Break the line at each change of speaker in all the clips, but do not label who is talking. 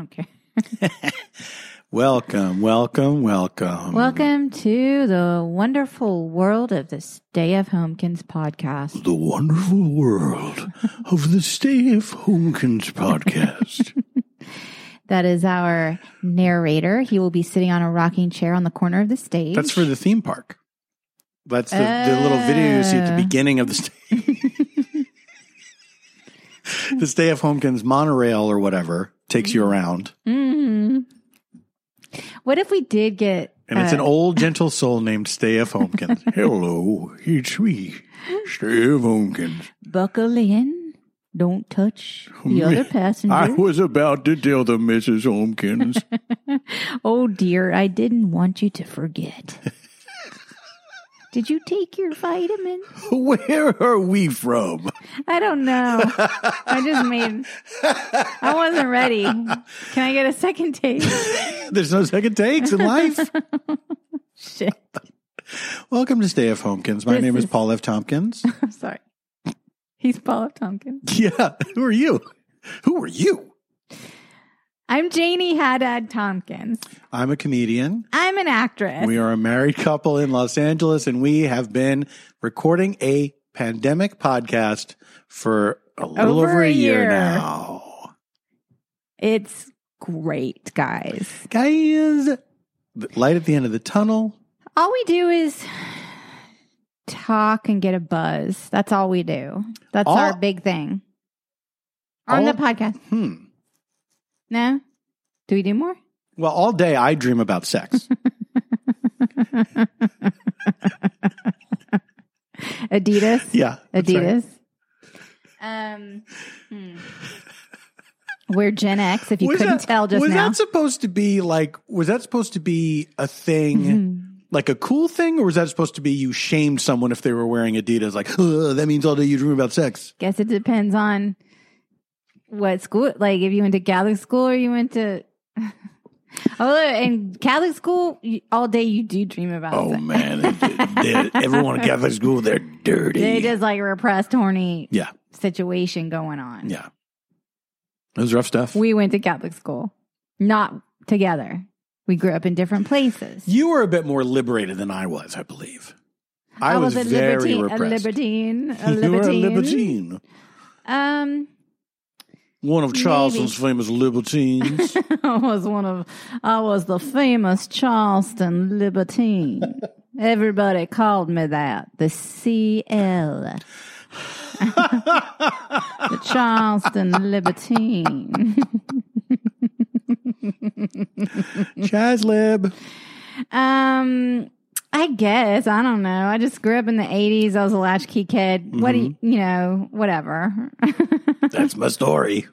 Okay.
Welcome, welcome, welcome.
Welcome to the wonderful world of the Stay of Homekins podcast.
The wonderful world of the Stay of Homekins podcast.
That is our narrator. He will be sitting on a rocking chair on the corner of the stage.
That's for the theme park. That's the, the little video you see at
Oh.
the beginning of the stay. the Stay of Homekins monorail or whatever takes you around.
Mhm. What if we did get?
And it's
uh,
an old gentle soul named Stay F. Homkins. Hello, it's me, Stay F. Homkins.
buckle in. Don't touch the other passenger.
I was about to tell the Mrs. Homkins.
oh dear, I didn't want you to forget. did you take your vitamin?
Where are we from?
I don't know. I just made. I wasn't ready. Can I get a second take?
There's no second takes in life.
Shit.
Welcome to Stay F. Homkins. My
This
name is
is-
Paul F. Tompkins.
I'm sorry. He's Paul F. Tompkins.
yeah, who are you? Who are you?
I'm Janie Haddad Tompkins.
I'm a comedian.
I'm an actress.
We are a married couple in Los Angeles, and we have been recording a pandemic podcast for a little over, a year, now.
it's great, guys.
Guys, the light at the end of the tunnel.
All we do is talk and get a buzz. That's all we do. That's
All-
our big thing. On the
All-
podcast.
Hmm.
No? Do we do more?
Well, all day I dream about sex.
Adidas?
yeah. that's right.
Adidas. Um, hmm. We're Gen X, if you
Was
couldn't
that-
tell just
was
now.
that supposed to be like, was that supposed to be a thing?
Mhm.
like a cool thing, or was that supposed to be you shamed someone if they were wearing Adidas? Like, "Ugh, that means all day you dream about sex.
Guess it depends on what school. Like if you went to Catholic school or you went to. Oh, in Catholic school, you, all day you do dream about.
Oh
sex.
man, They're- everyone at Catholic school they're dirty.
It is like a repressed, horny
Yeah,
situation going on.
yeah. It was rough stuff.
We went to Catholic school, not together. We grew up in different places.
you were a bit more liberated than I was, I believe. I, was,
a
very
libertine, a
repressed.
libertine, a
you were a
libertine.
libertine.
Um,
One of Charleston's
Maybe.
famous libertines.
I was one of, I was the famous Charleston libertine. Everybody called me that. The CL. the Charleston libertine.
Chaz Lib.
Um, I guess I don't know. I just grew up in the '80s. I was a latchkey kid. What do you, you know? Whatever.
That's my story.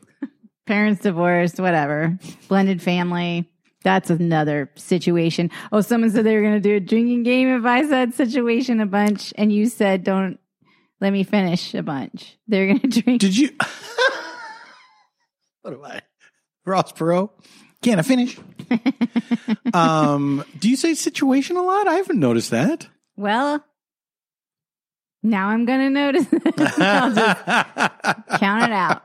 Parents divorced. Whatever. Blended family. That's another situation. Oh, someone said they were going to do a drinking game. If I said situation a bunch, and you said don't let me finish a bunch, they're going to drink.
Did you? what am I? Ross Perot? Can I finish? um, do you say situation a lot? I haven't noticed that.
well, now I'm going to notice. I'll just count it out.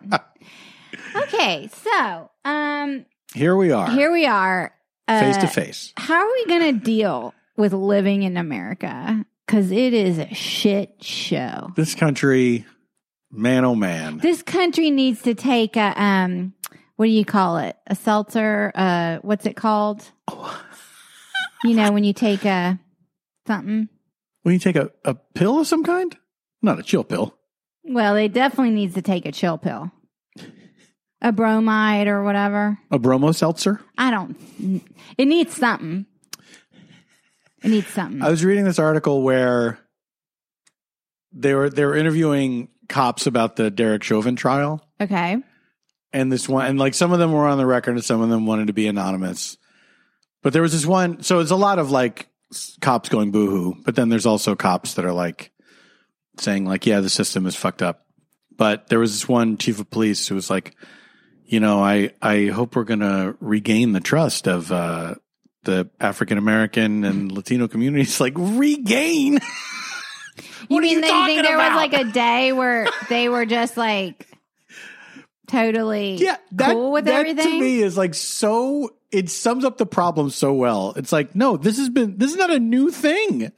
Okay, so um,
Here we are,
Here we are. Uh,
face to face.
How are we going to deal with living in America? Because it is a shit show.
This country, man, oh man.
This country needs to take a, um, what do you call it? A seltzer? Uh, what's it called? You know, when you take a something.
Will you take a, a pill of some kind? Not a chill pill.
Well, it definitely needs to take a chill pill, a bromide or whatever.
A bromo seltzer.
I don't, it needs something. It needs something.
I was reading this article where they were they were interviewing cops about the Derek Chauvin trial.
Okay.
and this one and like some of them were on the record and some of them wanted to be anonymous but there was this one so it's a lot of like s- cops going boohoo but then there's also cops that are like saying like yeah the system is fucked up but there was this one chief of police who was like you know i i hope we're gonna regain the trust of uh the African American and Latino communities like regain.
You
What are
mean
you
they think
talking
there
about?
was like a day where they were just like totally
yeah, that,
cool with
that
everything.
to me is like so. It sums up the problem so well. It's like, no, this has been this is not a new thing. this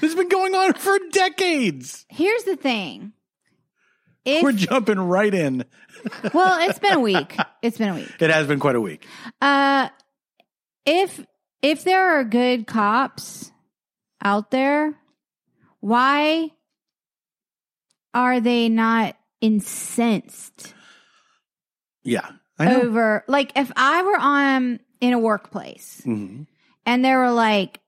has been going on for decades.
Here's the thing.
We're
If,
jumping right in.
well, it's been a week. It's been a week.
It has been quite a week.
Uh, if if there are good cops out there, why are they not incensed
Yeah, I know.
over like if I were on in a workplace
Mhm.
and there were like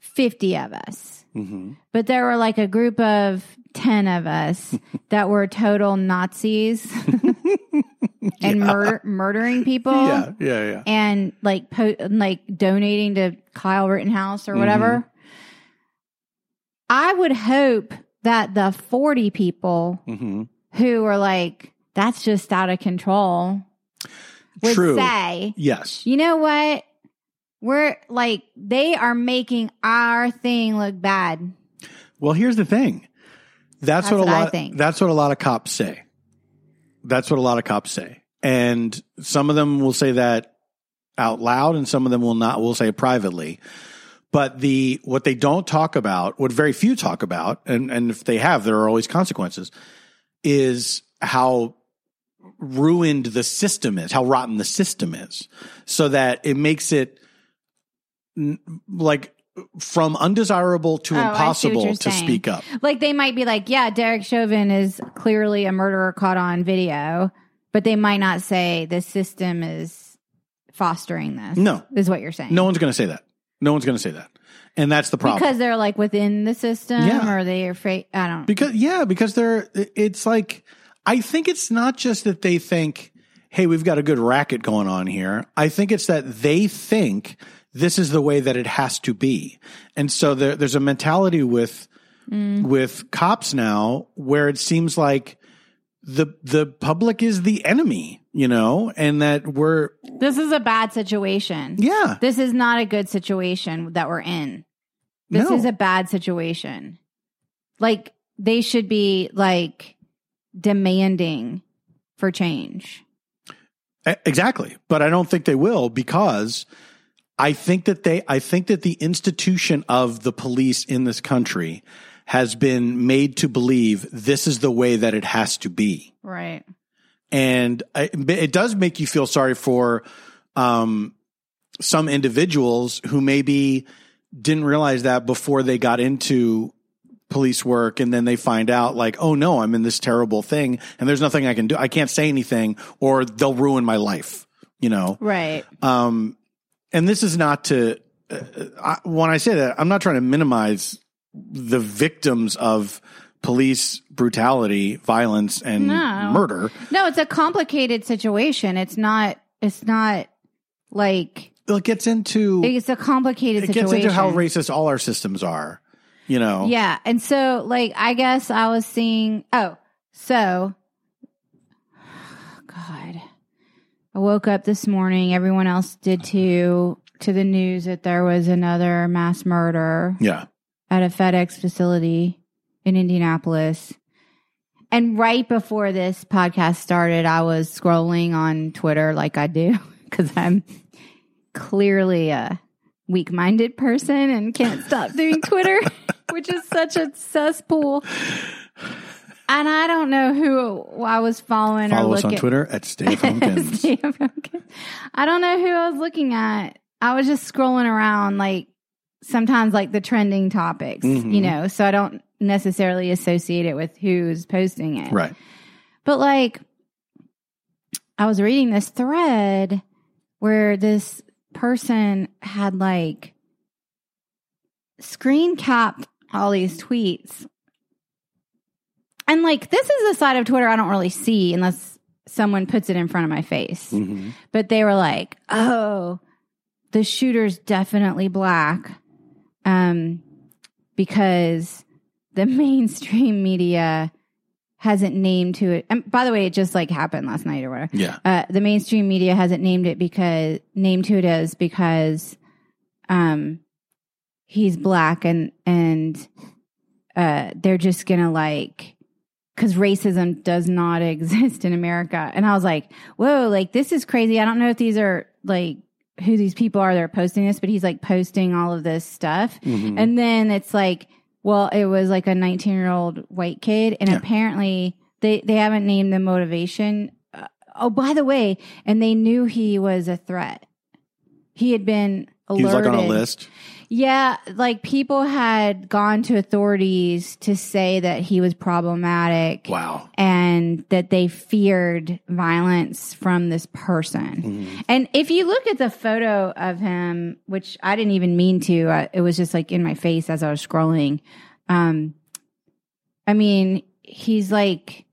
50 of us,
Mhm.
but there were like a group of 10 of us that were total Nazis and mur- murdering people
Yeah, yeah, yeah.
and like po- and, like donating to Kyle Rittenhouse or whatever.
Mm-hmm.
I would hope that the 40 people
Mm-hmm.
who are like that's just out of control would
True.
say,
Yes.
"You know what? We're like they are making our thing look bad."
Well, here's the thing. That's,
That's
what a
what I
lot.
think.
That's what a lot of cops say. That's what a lot of cops say, and some of them will say that out loud, and some of them will not. Will say it privately. But the what they don't talk about, what very few talk about, and and if they have, there are always consequences. Is how ruined the system is, how rotten the system is, so that it makes it n- like from undesirable to
Oh, I see what
impossible
you're
to
saying.
speak up.
Like they might be like, "Yeah, Derek Chauvin is clearly a murderer caught on video," but they might not say the system is fostering this.
No.
is what you're saying.
No one's going to say that. No one's going to say that, and that's the problem.
because they're like within the system,
Yeah.
or they are fake. I don't.
Because yeah, because they're it's like I think it's not just that they think, "Hey, we've got a good racket going on here." I think it's that they think this is the way that it has to be. And so there, there's a mentality with
Mm.
with cops now where it seems like the the public is the enemy, you know, and that we're
this is a bad situation.
yeah.
This is not a good situation that we're in. This
no.
is a bad situation. Like they should be like demanding for change.
E- Exactly. But I don't think they will because I think that they, I think that the institution of the police in this country has been made to believe this is the way that it has to be
Right.
and I, it does make you feel sorry for um, some individuals who maybe didn't realize that before they got into police work and then they find out like oh no i'm in this terrible thing and there's nothing i can do i can't say anything or they'll ruin my life you know
Right.
um, and this is not to, uh, I, when I say that, I'm not trying to minimize the victims of police brutality, violence, and
No.
murder.
No, it's a complicated situation. It's not. It's not like
It gets into, it,
it's a complicated situation.
gets into how racist all our systems are, you know?
Yeah. And so, like, I guess I was seeing. Oh, so. God. I woke up this morning. Everyone else did too, to the news that there was another mass murder
Yeah.
at a FedEx facility in Indianapolis. And right before this podcast started, I was scrolling on Twitter like I do because I'm clearly a weak minded person and can't stop doing Twitter, which is such a cesspool. And I don't know who I was following or
Follow us
looking
on Twitter at Stay Pumpkins.
Steve Pumpkins. I don't know who I was looking at. I was just scrolling around, like sometimes like the trending topics,
Mhm.
you know, so I don't necessarily associate it with who's posting it.
right.
But like, I was reading this thread where this person had like screen capped all these tweets. And like, this is a side of Twitter I don't really see unless someone puts it in front of my face.
hmm
But they were like, oh, the shooter's definitely black um, because the mainstream media hasn't named who it. And by the way, it just like happened last night or whatever.
Yeah.
Uh, the mainstream media hasn't named it because named who it is because um, he's black and and uh, they're just gonna like because racism does not exist in America. And I was like, whoa, like this is crazy. I don't know if these are like who these people are that are posting this, but he's like posting all of this stuff.
Mhm.
And then it's like, well, it was like a 19 year old white kid. And
Yeah.
apparently they, they haven't named the motivation. Uh, oh, by the way, and they knew he was a threat. He had been alerted.
he was like on a list.
Yeah, like people had gone to authorities to say that he was problematic
Wow.
and that they feared violence from this person.
Mhm.
And if you look at the photo of him, which I didn't even mean to, I, it was just like in my face as I was scrolling. Um, I mean, he's like,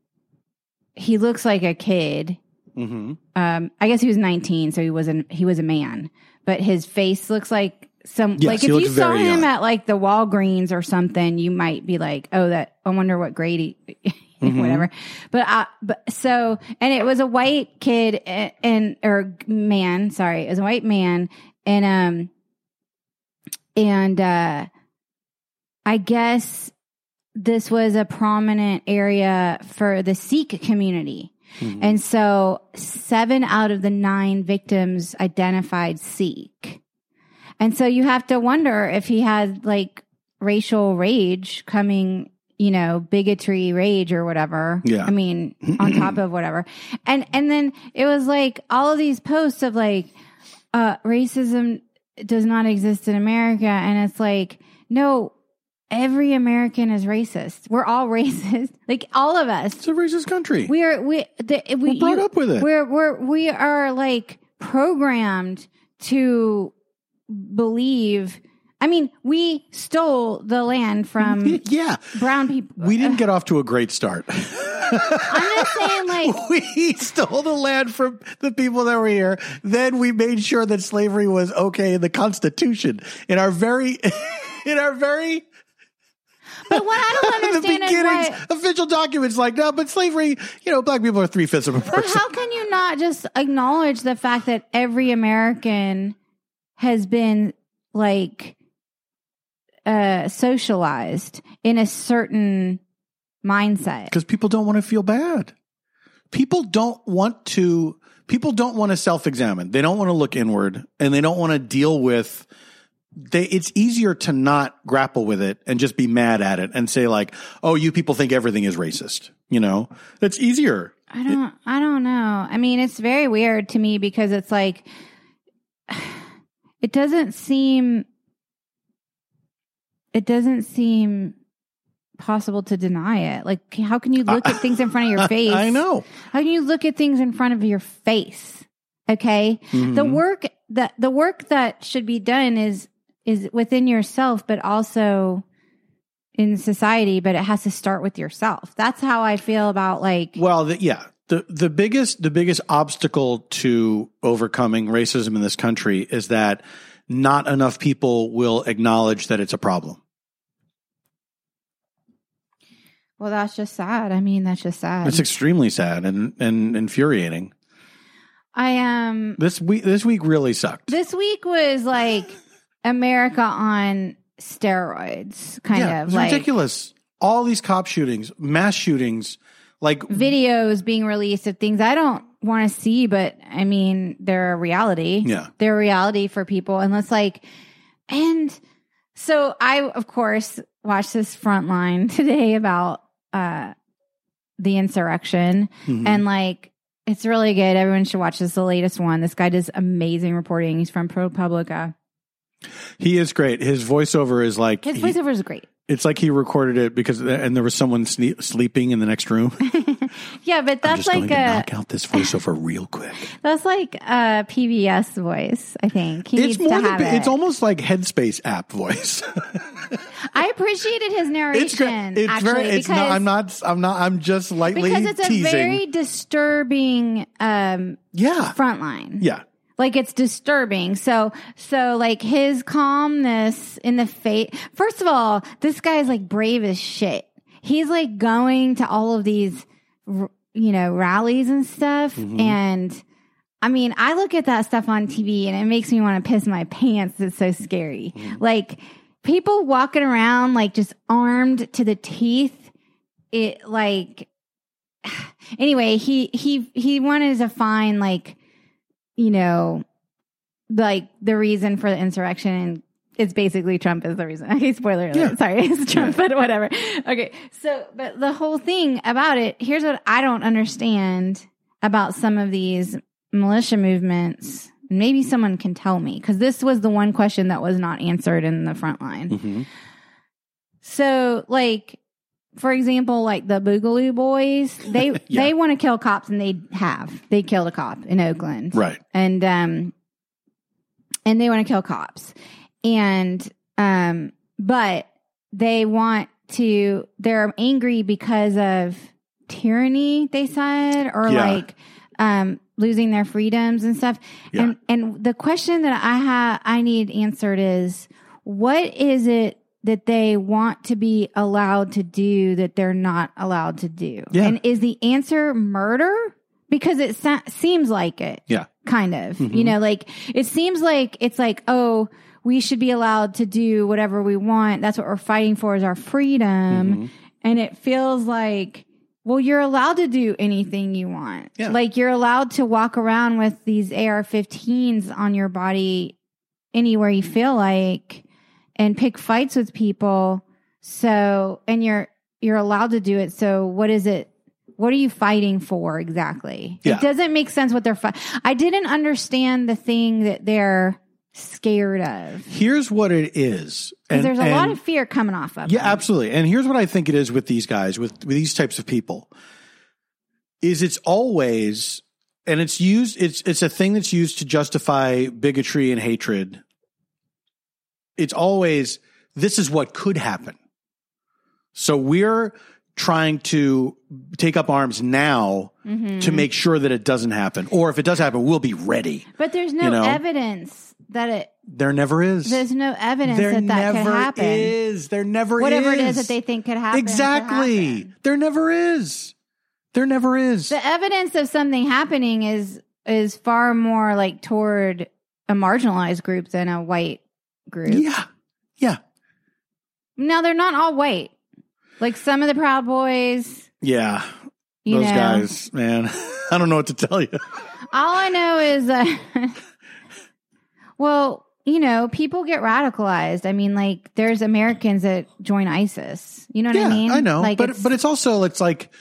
he looks like a kid.
Mhm.
Um, I guess he was 19, so he wasn't, he was a man, but his face looks like some,
Yes,
like
he
if you
looks
saw
very
him
young.
at like the Walgreens or something, you might be like, oh, that, I wonder what grade he,
Mm-hmm.
whatever. But I, but so, and it was a white kid a- and, or man, sorry, it was a white man. And, um, and, uh, I guess this was a prominent area for the Sikh community.
Mhm.
And so seven out of the nine victims identified Sikh. And so you have to wonder if he had like racial rage coming, you know, bigotry rage or whatever.
Yeah.
I mean, on top of whatever. And and then it was like all of these posts of like uh racism does not exist in America and it's like no every American is racist. We're all racist. Like all of us.
It's a racist country.
We are we the, we
We're brought
you-
up with it.
We're we're we are like programmed to believe. I mean, we stole the land from
yeah.
brown people.
We didn't get off to a great start.
I'm not saying like
we stole the land from the people that were here. Then we made sure that slavery was okay in the Constitution. In our very, in our very,
but what I don't
in the
understand is
beginnings,
why
official documents like no, but slavery. You know, black people are three fifths of a
But
person.
how can you not just acknowledge the fact that every American has been like uh socialized in a certain mindset?
because people don't want to feel bad. People don't want to. People don't want to self-examine. They don't want to look inward, and they don't want to deal with. They, it's easier to not grapple with it and just be mad at it and say like, "Oh, you people think everything is racist." You know, that's easier.
I don't I don't know. I mean, it's very weird to me because it's like it doesn't seem it doesn't seem possible to deny it. Like how can you look at things in front of your face?
I know.
How can you look at things in front of your face? Okay? The
Mhm.
work that the work that should be done is is within yourself but also in society, but it has to start with yourself. That's how I feel about like
Well, the, yeah. The the biggest the biggest obstacle to overcoming racism in this country is that not enough people will acknowledge that it's a problem.
Well, that's just sad. I mean, that's just sad.
It's extremely sad and and infuriating.
I um
This week this week really sucked.
this week was like America on steroids, kind
yeah,
of
it's
like
ridiculous. All these cop shootings, mass shootings, like
videos being released of things I don't want to see, but I mean, they're a reality.
yeah.
They're a reality for people, and it's like, and so I of course watched this front line today about uh the insurrection.
Mhm.
and like it's really good. Everyone should watch this. The latest one. This guy does amazing reporting. He's from ProPublica.
he is great. His voiceover is like
His
he-
voiceover is great.
it's like he recorded it because and there was someone sne- sleeping in the next room.
yeah, but
I'm
that's
just
like
going to
a
knock out this voiceover real quick.
that's like a PBS voice. I think he
It's
needs to
more than
have it.
it's almost like Headspace app voice.
I appreciated his narration.
it's great. It's
actually,
very. It's
because,
not. I'm not. I'm not. I'm just lightly
because it's
teasing.
a very disturbing um
yeah.
front line.
Yeah.
Like it's disturbing. So, so like his calmness in the face. First of all, this guy is like brave as shit. He's like going to all of these, r- you know, rallies and stuff. And I mean, I look at that stuff on TV and it makes me want to piss my pants. It's so scary. Like people walking around like just armed to the teeth. It like anyway, he he he wanted to find like you know like the reason for the insurrection and it's basically Trump is the reason. Okay, spoiler alert.
Yeah.
Sorry, it's Trump, but whatever. Okay. So, but the whole thing about it, here's what I don't understand about some of these militia movements. Maybe someone can tell me because this was the one question that was not answered in the front line.
Mhm.
So, like, for example, like the Boogaloo Boys, they
Yeah.
they want to kill cops, and they have they killed a cop in Oakland,
Right.
and um, and they want to kill cops, and um, but they want to they're angry because of tyranny. They said, or
Yeah.
like um, losing their freedoms and stuff.
Yeah.
And and the question that I have I need answered is what is it that they want to be allowed to do that they're not allowed to do?
Yeah.
And is the answer murder? Because it so- seems like it.
Yeah.
Kind of. You
Mhm.
know, like it seems like it's like, oh, we should be allowed to do whatever we want. That's what we're fighting for is our freedom.
Mhm.
And it feels like, well, you're allowed to do anything you want.
Yeah.
Like you're allowed to walk around with these AR 15s on your body anywhere you feel like and pick fights with people. So, and you're, you're allowed to do it. So what is it? What are you fighting for exactly?
Yeah.
It doesn't make sense what they're fi- I didn't understand the thing that they're scared of.
Here's what it is.
Because
And-
there's a lot
and-
of fear coming off of
Yeah,
them.
absolutely. And here's what I think it is with these guys, with, with these types of people, is it's always and it's used it's it's a thing that's used to justify bigotry and hatred. It's always this is what could happen. So we're trying to take up arms now
Mm-hmm.
to make sure that it doesn't happen. Or if it does happen, we'll be ready.
But there's no
you know?
evidence that it.
There never is.
There's no evidence
there
that that could
never
happen.
is. There never
Whatever
is.
it is that they think could happen. could
Exactly.
happen.
There never is. There never is.
The evidence of something happening is is far more like toward a marginalized group than a white group.
yeah. Yeah.
Now they're not all white. Like some of the Proud Boys,
Yeah.
you
Those
know.
guys, man. I don't know what to tell you.
All I know is, uh, well, you know, people get radicalized. I mean, like there's Americans that join ISIS. You know what
yeah,
I mean?
know.
Like,
but
it's-
but it's also it's like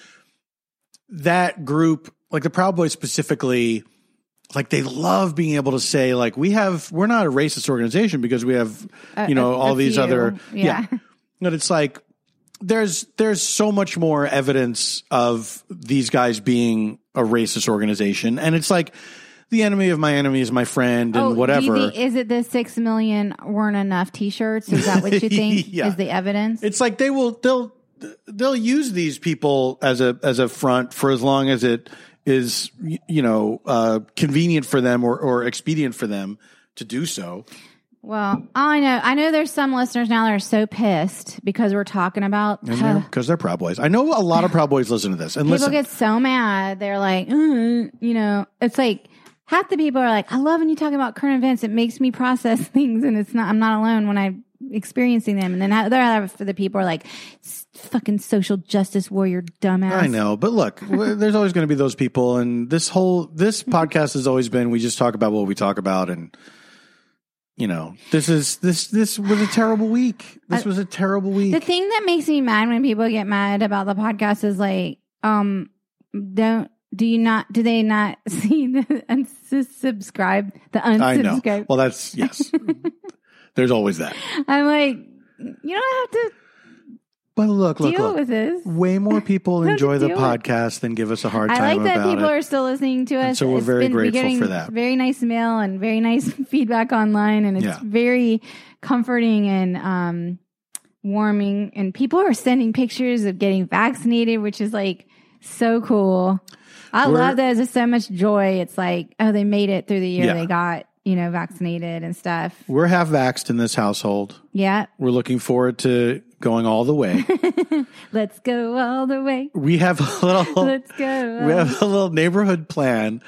that group, like the Proud Boys specifically, like they love being able to say, like, we have we're not a racist organization because we have
a-
you know,
a-
all
a
these
few.
other-
yeah.
But it's like there's there's so much more evidence of these guys being a racist organization, and it's like the enemy of my enemy is my friend, and
Oh, do you
whatever.
think- is it the six million weren't enough T-shirts? Is that what you think?
Yeah.
Is the evidence?
it's like they will they'll they'll use these people as a as a front for as long as it is y- you know uh, convenient for them or, or expedient for them to do so.
well, all I know, I know there's some listeners now that are so pissed because we're talking about.
And they're because they're Proud Boys. I know a lot of Proud Boys listen to this, and
People
listen,
get so mad. They're like, "Mm," you know, it's like half the people are like, I love when you talk about current events. It makes me process things and it's not, I'm not alone when I'm experiencing them. And then the other half of the people are like, "S- fucking social justice warrior dumbass.
I know, but look, w- there's always going to be those people, and this whole this podcast has always been we just talk about what we talk about, and you know, this is this this was a terrible week. This was a terrible
The
week.
thing that makes me mad when people get mad about the podcast is like, um, don't do you not do they not see the unsubscribe the
I know.
unsubscribe?
Well, that's yes. there's always that.
I'm like, you don't have to
But look, look,
deal
look.
with this.
Way more people
to
enjoy the
deal with-
podcast than give us a hard
I
time
like that
about
people
it.
are still listening to us.
And so we're very
we're
grateful
getting
for that.
Very nice mail and very nice feedback online, and it's
Yeah.
very comforting and um, warming. And people are sending pictures of getting vaccinated, which is like so cool. I
We're-
love that. There's just so much joy. It's like oh, they made it through the year.
Yeah.
They got you know vaccinated and stuff.
We're half vaxxed in this household.
Yeah,
We're looking forward to going all the way.
let's go all the way.
we have a little
Let's go. all
we have a little neighborhood plan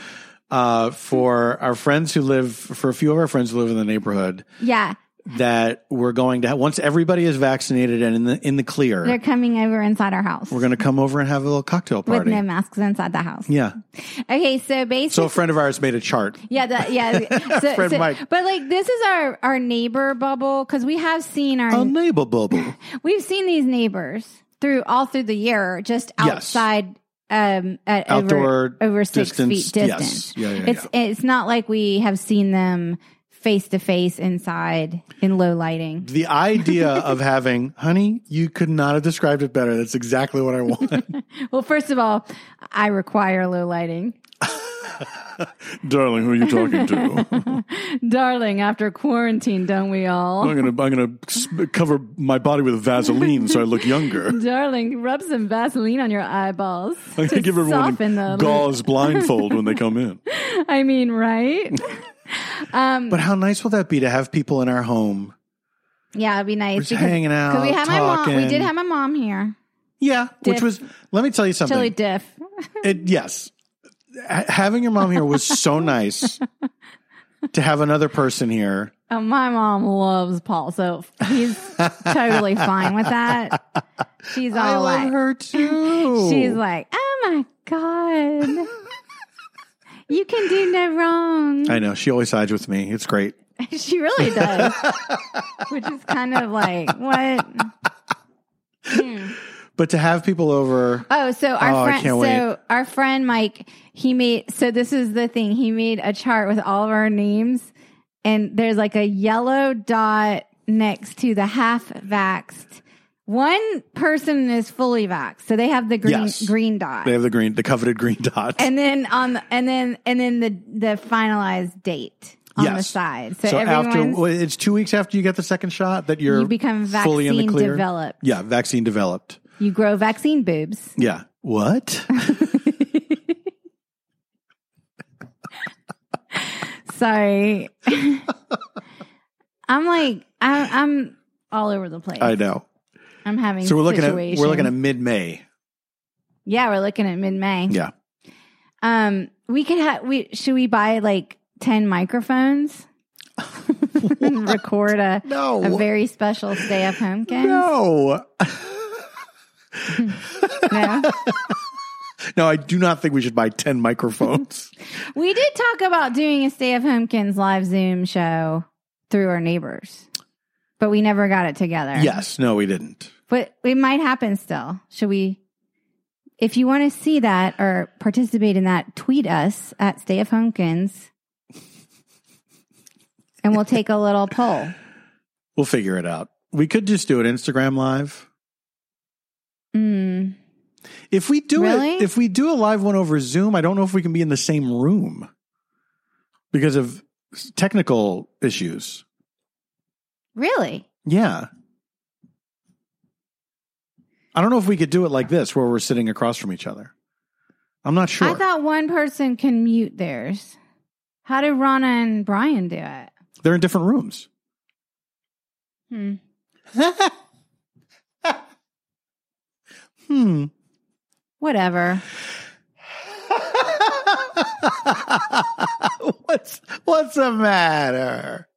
uh, for our friends who live for a few of our friends who live in the neighborhood.
Yeah.
that we're going to have, once everybody is vaccinated and in the in the clear,
They're coming over inside our house.
we're going to come over and have a little cocktail
with
party.
no masks inside the house.
yeah.
Okay, so basically,
So a friend of ours made a chart.
yeah, that, yeah. So,
Fred
so-
Mike.
But like, this is our our neighbor bubble because we have seen our
A neighbor bubble.
we've seen these neighbors through all through the year, just
Yes.
outside, um, at
Outdoor
over, over six
distance.
feet distance.
Yes. Yeah, yeah,
It's it's not like we have seen them face to face inside in low lighting.
The idea of having, honey, you could not have described it better. That's exactly what I want.
Well, first of all, I require low lighting,
Darling, who are you talking to?
darling. After quarantine, don't we all?
I'm gonna I'm gonna sp- cover my body with Vaseline so I look younger.
Darling, rub some Vaseline on your eyeballs to soften the.
gauze blindfold when they come in.
I mean, right? Um,
But how nice will that be to have people in our home?
Yeah, it'd be nice.
We're just hanging out,
we had my mom. We
talking.
did have my mom here.
Yeah, which
Diff.
was let me tell you something.
Chili diff.
It, yes, Ha- having your mom here was so nice. to have another person here,
Uh, my mom loves Paul, so he's totally fine with that. She's all
I love
like,
her too.
she's like, oh my god, you can do no wrong.
I know she always sides with me. It's great.
she really does, which is kind of like what.
But to have people over,
Oh, so our
Oh, I
friend, so
can't wait.
our friend Mike, he made. So this is the thing. He made a chart with all of our names, and there's like a yellow dot next to the half vaxxed. One person is fully vaxxed, so they have the green
Yes.
green dot,
they have the green, the coveted green dot.
and then on the, and then and then the the finalized date on the
Yes.
side. So,
so after
everyone
well, it's two weeks after you get the second shot that you're
you become
fully in the
vaccine
clear.
developed.
Yeah, vaccine developed.
You grow vaccine boobs.
Yeah. What?
Sorry. I'm like I'm, I'm all over the place.
I know.
I'm having
So we're looking
situation.
at we're looking at mid May.
yeah, we're looking at mid May.
Yeah.
Um, we could have we should we buy like ten microphones and record a
No.
a very special stay at home game.
no.
No?
No, I do not think we should buy ten microphones.
we did talk about doing a stay at homekins live Zoom show through our neighbors, but we never got it together.
yes. No, we didn't.
But it might happen still. Should we? If you want to see that or participate in that, tweet us at Stay of Homekins, and we'll take a little poll.
We'll figure it out. We could just do it Instagram live.
Mm.
If we do
Really?
it, if we do a live one over Zoom, I don't know if we can be in the same room because of s- technical issues.
Really?
Yeah. I don't know if we could do it like this where we're sitting across from each other. I'm not sure.
I thought one person can mute theirs. How did Rana and Brian do it?
They're in different rooms.
Hmm.
Hmm.
Whatever.
what's what's the matter?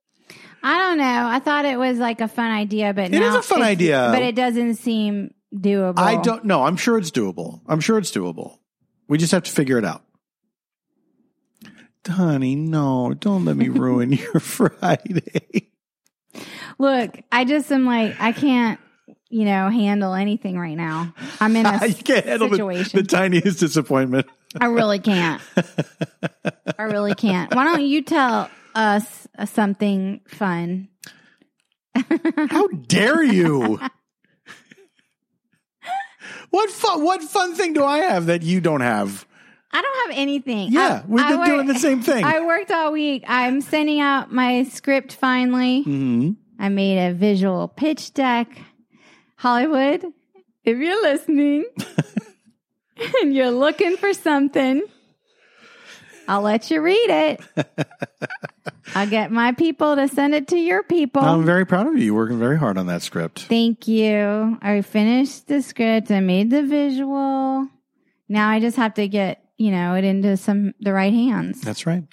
I don't know. I thought it was like a fun idea, but
It
now
is a fun
it's-
idea.
But it doesn't seem doable.
I don't know. I'm sure it's doable. I'm sure it's doable. We just have to figure it out. Honey, no, don't let me ruin your Friday.
Look, I just am like, I can't, you know, handle anything right now. I'm in a,
I can't handle the,
Situation.
the tiniest disappointment.
I really can't. I really can't. Why don't you tell us uh, something fun?
How dare you? what fun? What fun thing do I have that you don't have?
I don't have anything.
Yeah,
I-
we've
I
been
wor-
doing the same thing.
I worked all week. I'm sending out my script finally.
hmm
I made a visual pitch deck. Hollywood, if you're listening and you're looking for something, I'll let you read it. I'll get my people to send it to your people.
I'm very proud of you. You're working very hard on that script.
Thank you. I finished the script. I made the visual. Now I just have to get, you know, it into some the right hands.
That's right.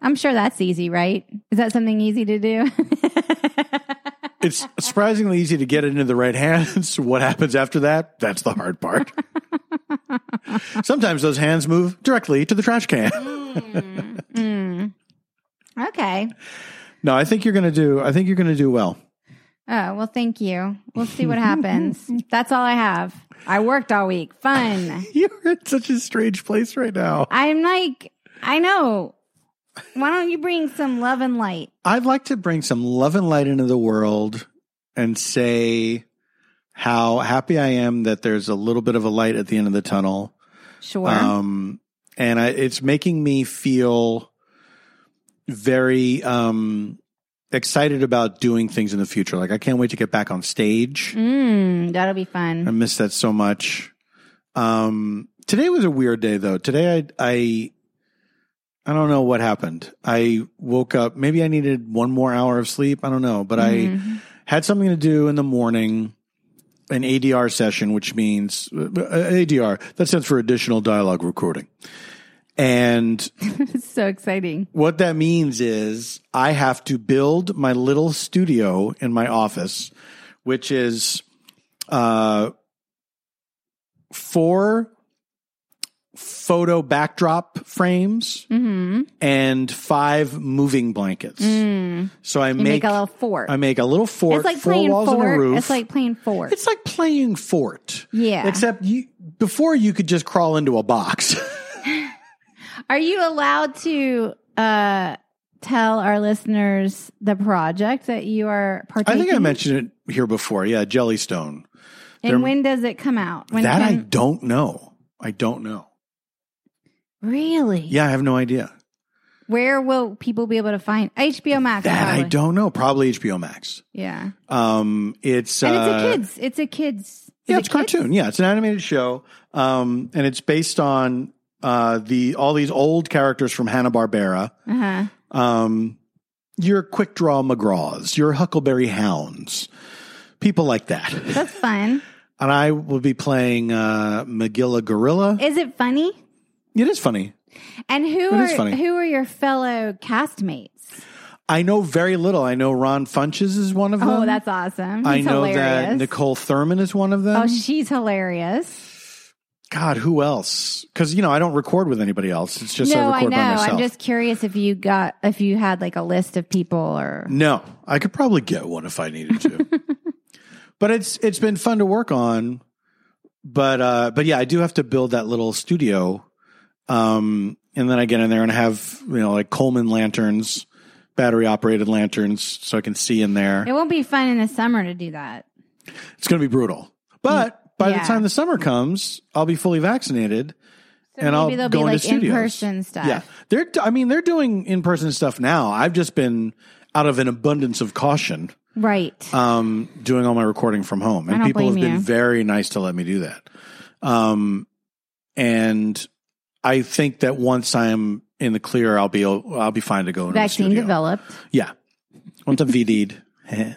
I'm sure that's easy, right? Is that something easy to do?
it's surprisingly easy to get it into the right hands. What happens after that? That's the hard part. Sometimes those hands move directly to the trash can.
Mm. Okay.
No, I think you're going to do I think you're going to do well.
Oh, well, thank you. We'll see what happens. That's all I have. I worked all week. Fun.
You're in such a strange place right now.
I'm like, I know. Why don't you bring some love and light?
I'd like to bring some love and light into the world and say how happy I am that there's a little bit of a light at the end of the tunnel.
Sure.
Um, and I, it's making me feel very um, excited about doing things in the future. Like I can't wait to get back on stage.
mm, that'll be
I
fun.
miss that so much. Um, today was a weird day though. Today I, I, I don't know what happened. I woke up. Maybe I needed one more hour of sleep. I don't know, but I
Mhm.
had something to do in the morning, an ADR session, which means uh, ADR. That stands for additional dialogue recording. And
it's so exciting.
what that means is I have to build my little studio in my office, which is uh, four photo backdrop frames
Mm-hmm.
and five moving blankets.
Mm.
So I
You
make,
make, a little fort.
I make a little fort,
it's like
four
playing
walls and a
fort.
roof.
It's like playing fort.
it's like playing fort.
yeah.
Except you, before you could just crawl into a box.
Are you allowed to uh, tell our listeners the project that you are
I
partaking?
think I
in?
mentioned it here before. Yeah, Jellystone. there-
And when does it come out? When
that I
can-
don't know. I don't know.
really?
Yeah, I have no idea.
Where will people be able to find HBO Max?
that I
probably.
don't know. Probably HBO Max.
Yeah,
Um, it's
and
uh,
it's a kids. It's a kids. is
Yeah,
it
it's a
kids?
cartoon. Yeah, it's an animated show. Um, and it's based on uh the all these old characters from Hanna Barbera.
Uh-huh.
Um, your Quick Draw McGraws, your Huckleberry Hounds, people like that.
That's fun.
and I will be playing uh McGilla Gorilla.
Is it funny?
it is funny.
And who
It
are
is funny.
who are your fellow castmates?
I know very little. I know Ron Funches is one of them.
Oh, that's awesome. He's
Um, I know
hilarious.
that Nicole Thurman is one of them.
Oh, she's hilarious.
God, who else? Because you know I don't record with anybody else. It's just
no,
I
I
record
know.
by myself.
I'm just curious if you got if you had like a list of people or
No, I could probably get one if I needed to. but it's it's been fun to work on. But uh, but yeah, I do have to build that little studio, um, and then I get in there and have you know like Coleman lanterns, battery operated lanterns, so I can see in there.
it won't be fun in the summer to do that.
It's going to be brutal. But by
Yeah.
the time the summer comes, I'll be fully vaccinated.
So
And I'll
maybe there'll
go
be
into
like in
studios.
person stuff.
Yeah, they're. I mean, they're doing in person stuff now. I've just been out of an abundance of caution,
Right.
um, doing all my recording from home,
I
and
don't
people have
blame
been
you.
very nice to let me do that. Um, and I think that once I'm in the clear, I'll be I'll be fine to go into
Vaccine
the studio.
developed.
Yeah, once I'm VD'd. eh.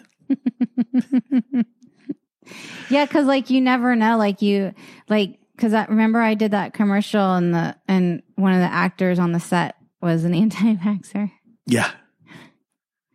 Yeah, because like you never know. Like you like because I remember I did that commercial and the and one of the actors on the set was an anti-vaxxer.
yeah,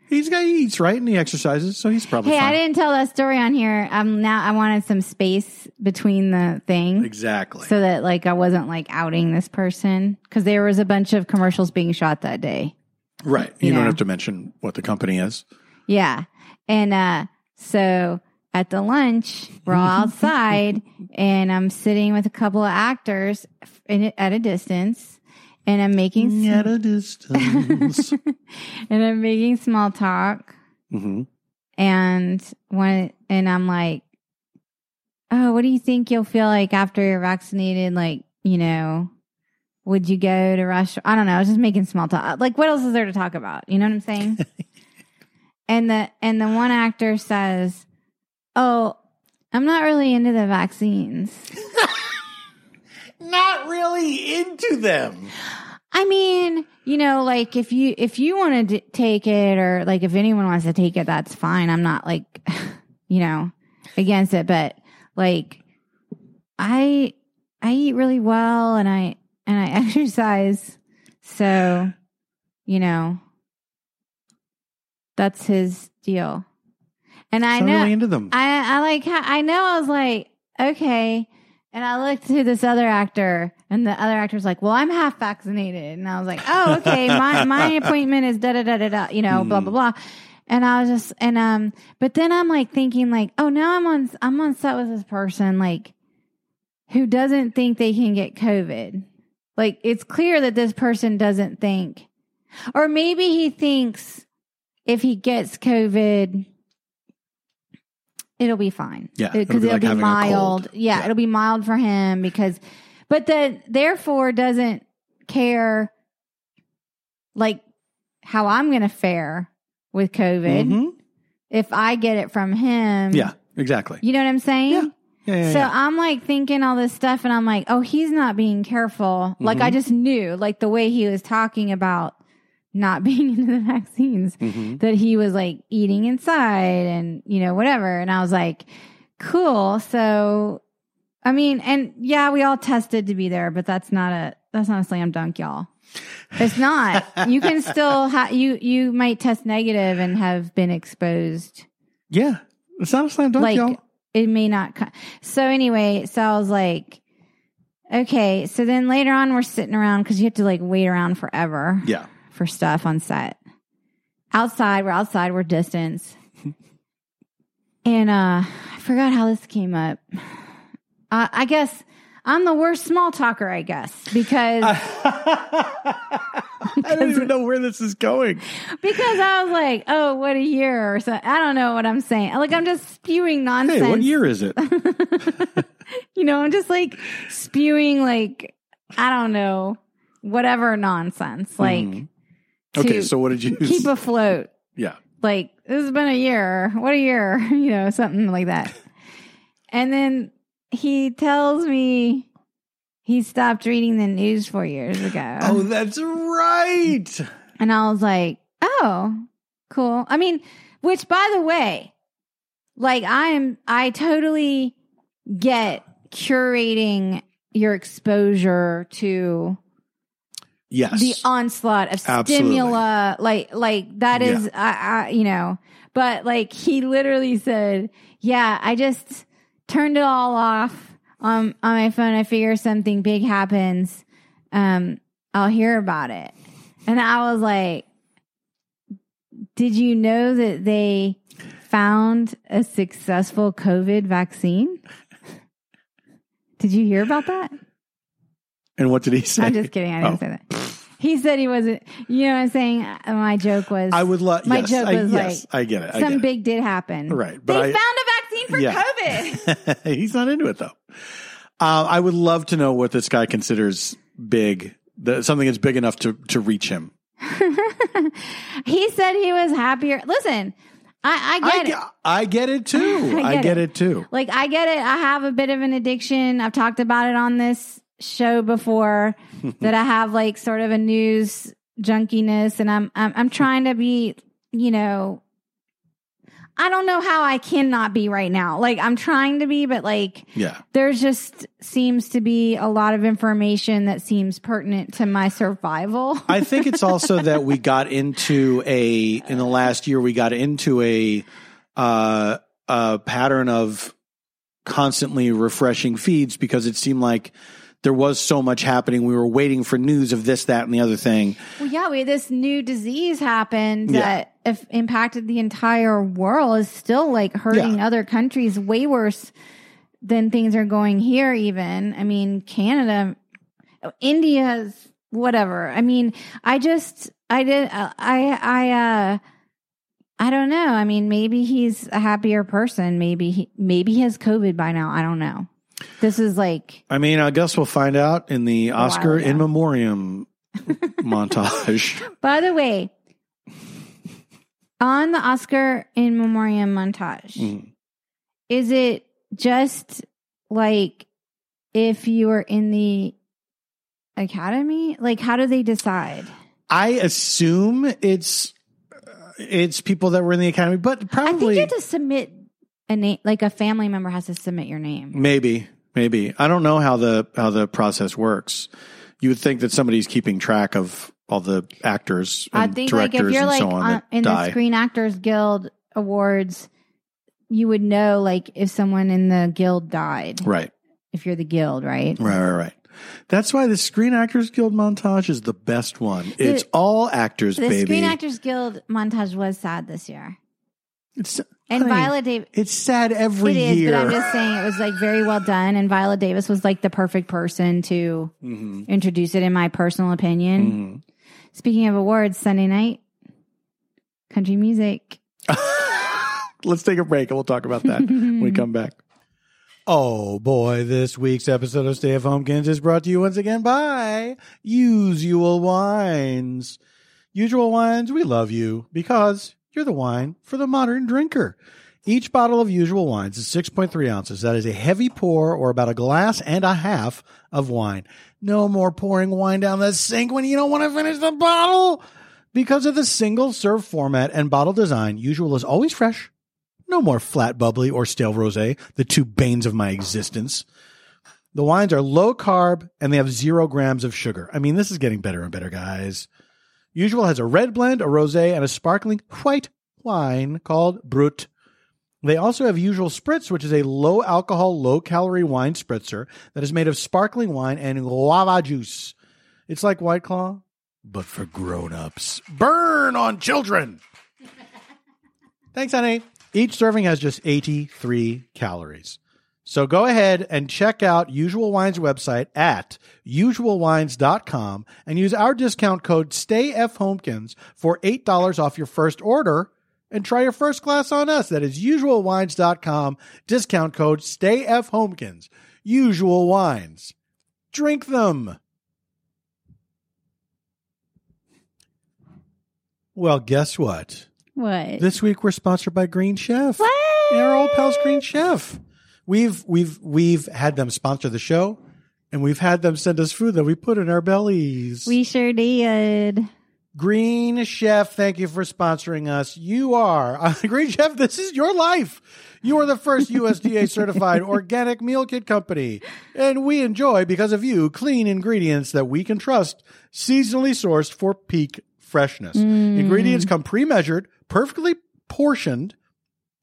he's got he eats right and he exercises, so he's probably
Hey,
fine.
I didn't tell that story on here. Um, now I wanted some space between the thing.
exactly.
so that like I wasn't like outing this person because there was a bunch of commercials being shot that day.
Right. You
you
don't
know?
have to mention what the company is.
Yeah, and uh, so at the lunch we're all outside, and I'm sitting with a couple of actors in, at a distance, and I'm making
At a distance.
and I'm making small talk,
hmm
and one and I'm like, oh, what do you think you'll feel like after you're vaccinated? Like, you know, would you go to Russia? I don't know. I was just making small talk. Like, what else is there to talk about? You know what I'm saying? and the and the one actor says, oh, I'm not really into the vaccines.
Not really into them.
I mean, you know, like if you if you want to d- take it, or like if anyone wants to take it, that's fine. I'm not like, you know, against it, but like, I I eat really well, and I and I exercise, so you know, that's his deal. And I
So I'm
know
really into them.
I I like how I know I was like, okay. And I looked to this other actor, and the other actor's like, "Well, I'm half vaccinated," and I was like, "Oh, okay. My my appointment is da da da da da. You know, blah blah blah." And I was just and um, but then I'm like thinking like, "Oh, now I'm on I'm on set with this person like who doesn't think they can get COVID. Like it's clear that this person doesn't think, or maybe he thinks if he gets COVID, it'll be fine.
Yeah,
because
it'll
it'll be,
be like having a
mild.
cold.
Yeah,
Yeah.
it'll be mild for him because, but that therefore doesn't care like how I'm going to fare with COVID
Mhm.
if I get it from him.
Yeah, exactly.
you know what I'm saying.
Yeah. Yeah, yeah,
So
yeah.
I'm like thinking all this stuff, and I'm like, oh, he's not being careful. Like
Mm-hmm.
I just knew, like the way he was talking about not being into the vaccines,
Mhm.
that he was like eating inside and you know whatever. And I was like, cool. So, I mean, and yeah, we all tested to be there, but that's not a that's not a slam dunk, y'all. It's not. you can still ha- you you might test negative and have been exposed
Yeah. It's not a slam dunk,
like
y'all.
it may not come. So anyway, so I was like, okay. So then later on, we're sitting around because you have to like wait around forever
Yeah.
for stuff on set. Outside, we're outside, we're distance. and uh I forgot how this came up. Uh, I guess I'm the worst small talker, I guess, because
I don't even know where this is going.
because I was like, oh, what a year or so. I don't know what I'm saying. Like I'm just spewing nonsense.
Hey, what year is it?
you know, I'm just like spewing like I don't know whatever nonsense, like
Mhm. Okay,
to
so what did you
keep afloat.
Yeah.
Like this has been a year, what a year, you know, something like that. and then he tells me he stopped reading the news four years ago,
Oh, that's right.
and I was like, oh, cool. I mean, which by the way, like I am, I totally get curating your exposure to
Yes.
the onslaught of
Absolutely.
stimula like like that is I, I you know but like he literally said yeah i just turned it all off on on my phone i figure something big happens um i'll hear about it and i was like did you know that they found a successful covid vaccine did you hear about that
and what did he say?
I'm just kidding. I didn't
Oh.
say that. He said he wasn't. You know what I'm saying? Uh, My joke was
I would love.
My
yes,
joke
I,
was
yes, I get it. I
something
get
big did happen.
Right, but
They
I-
found a vaccine for
Yeah.
COVID.
it. He's not into it though. Uh, I would love to know what this guy considers big. The, something that's big enough to to reach him.
he said he was happier. Listen, I, I get
I,
it.
ge- I get it too.
I
I get,
get
it. too.
Like, I get it. I have a bit of an addiction. I've talked about it on this show before that I have like sort of a news junkiness, and I'm I'm, I'm trying to be, you know, I don't know how I cannot be right now. Like, I'm trying to be, but like.
Yeah.
there just seems to be a lot of information that seems pertinent to my survival.
I think it's also that we got into a in the last year we got into a uh, a pattern of constantly refreshing feeds because it seemed like there was so much happening. We were waiting for news of this, that, and the other thing.
well, yeah, we this new disease happened
Yeah.
that if impacted the entire world is still like hurting
Yeah.
other countries way worse than things are going here. Even I mean, Canada, India's whatever. I mean, I just I did I I uh I don't know. I mean, maybe he's a happier person. Maybe he maybe he has COVID by now. I don't know. This is like
I mean, I guess we'll find out in the
while
Oscar
ago.
in memoriam montage.
by the way on the Oscar in memoriam montage.
Mhm.
Is it just like if you were in the academy? Like how do they decide?
I assume it's uh, it's people that were in the academy,
I
but
think you
probably
have to submit a name like a family member has to submit your name.
Maybe, maybe. I don't know how the how the process works. You would think that somebody's keeping track of all the actors and
I think like
directors
if you're
and
like
so on
on,
that
in
die.
the Screen Actors Guild Awards, you would know like if someone in the guild died,
Right.
if you're the guild, right?
Right, right, right. That's why the Screen Actors Guild montage is the best one. it's all actors,
The
baby.
Screen Actors Guild montage was sad this year.
it's,
And
honey,
Viola Davis
it's sad every
it is,
year.
but I'm just saying it was like very well done and Viola Davis was like the perfect person to
Mhm,
introduce it in my personal opinion.
mhm.
Speaking of awards, Sunday night, country music.
Let's take a break and we'll talk about that when we come back. Oh boy, this week's episode of Stay at Homekins is brought to you once again by Usual Wines. Usual Wines, we love you because you're the wine for the modern drinker. Each bottle of Usual Wines is 6.3 ounces. That is a heavy pour or about a glass and a half of wine. No more pouring wine down the sink when you don't want to finish the bottle. Because of the single serve format and bottle design, Usual is always fresh. No more flat bubbly or stale rosé, the two banes of my existence. The wines are low carb and they have 0 grams of sugar. I mean, this is getting better and better, guys. Usual has a red blend, a rosé, and a sparkling white wine called Brut. They also have Usual Spritz, which is a low alcohol, low calorie wine spritzer that is made of sparkling wine and guava juice. It's like White Claw, but for grown-ups. Burn on children. Thanks, honey. Each serving has just 83 calories. So go ahead and check out Usual Wines website at usualwines.com and use our discount code STAYFHOMEKINS for $8 off your first order and try your first glass on us. That is usualwines.com, discount code STAYFHOMEKINS. Usual Wines. Drink them. Well, guess what?
What?
This week we're sponsored by Green Chef. Our old pals Green Chef. We've we've we've had them sponsor the show and we've had them send us food that we put in our bellies.
we sure did.
Green Chef, thank you for sponsoring us. You are Uh, Green Chef, this is your life. You are the first USDA certified organic meal kit company. And we enjoy, because of you, clean ingredients that we can trust, seasonally sourced for peak freshness. Ingredients come pre measured, perfectly portioned.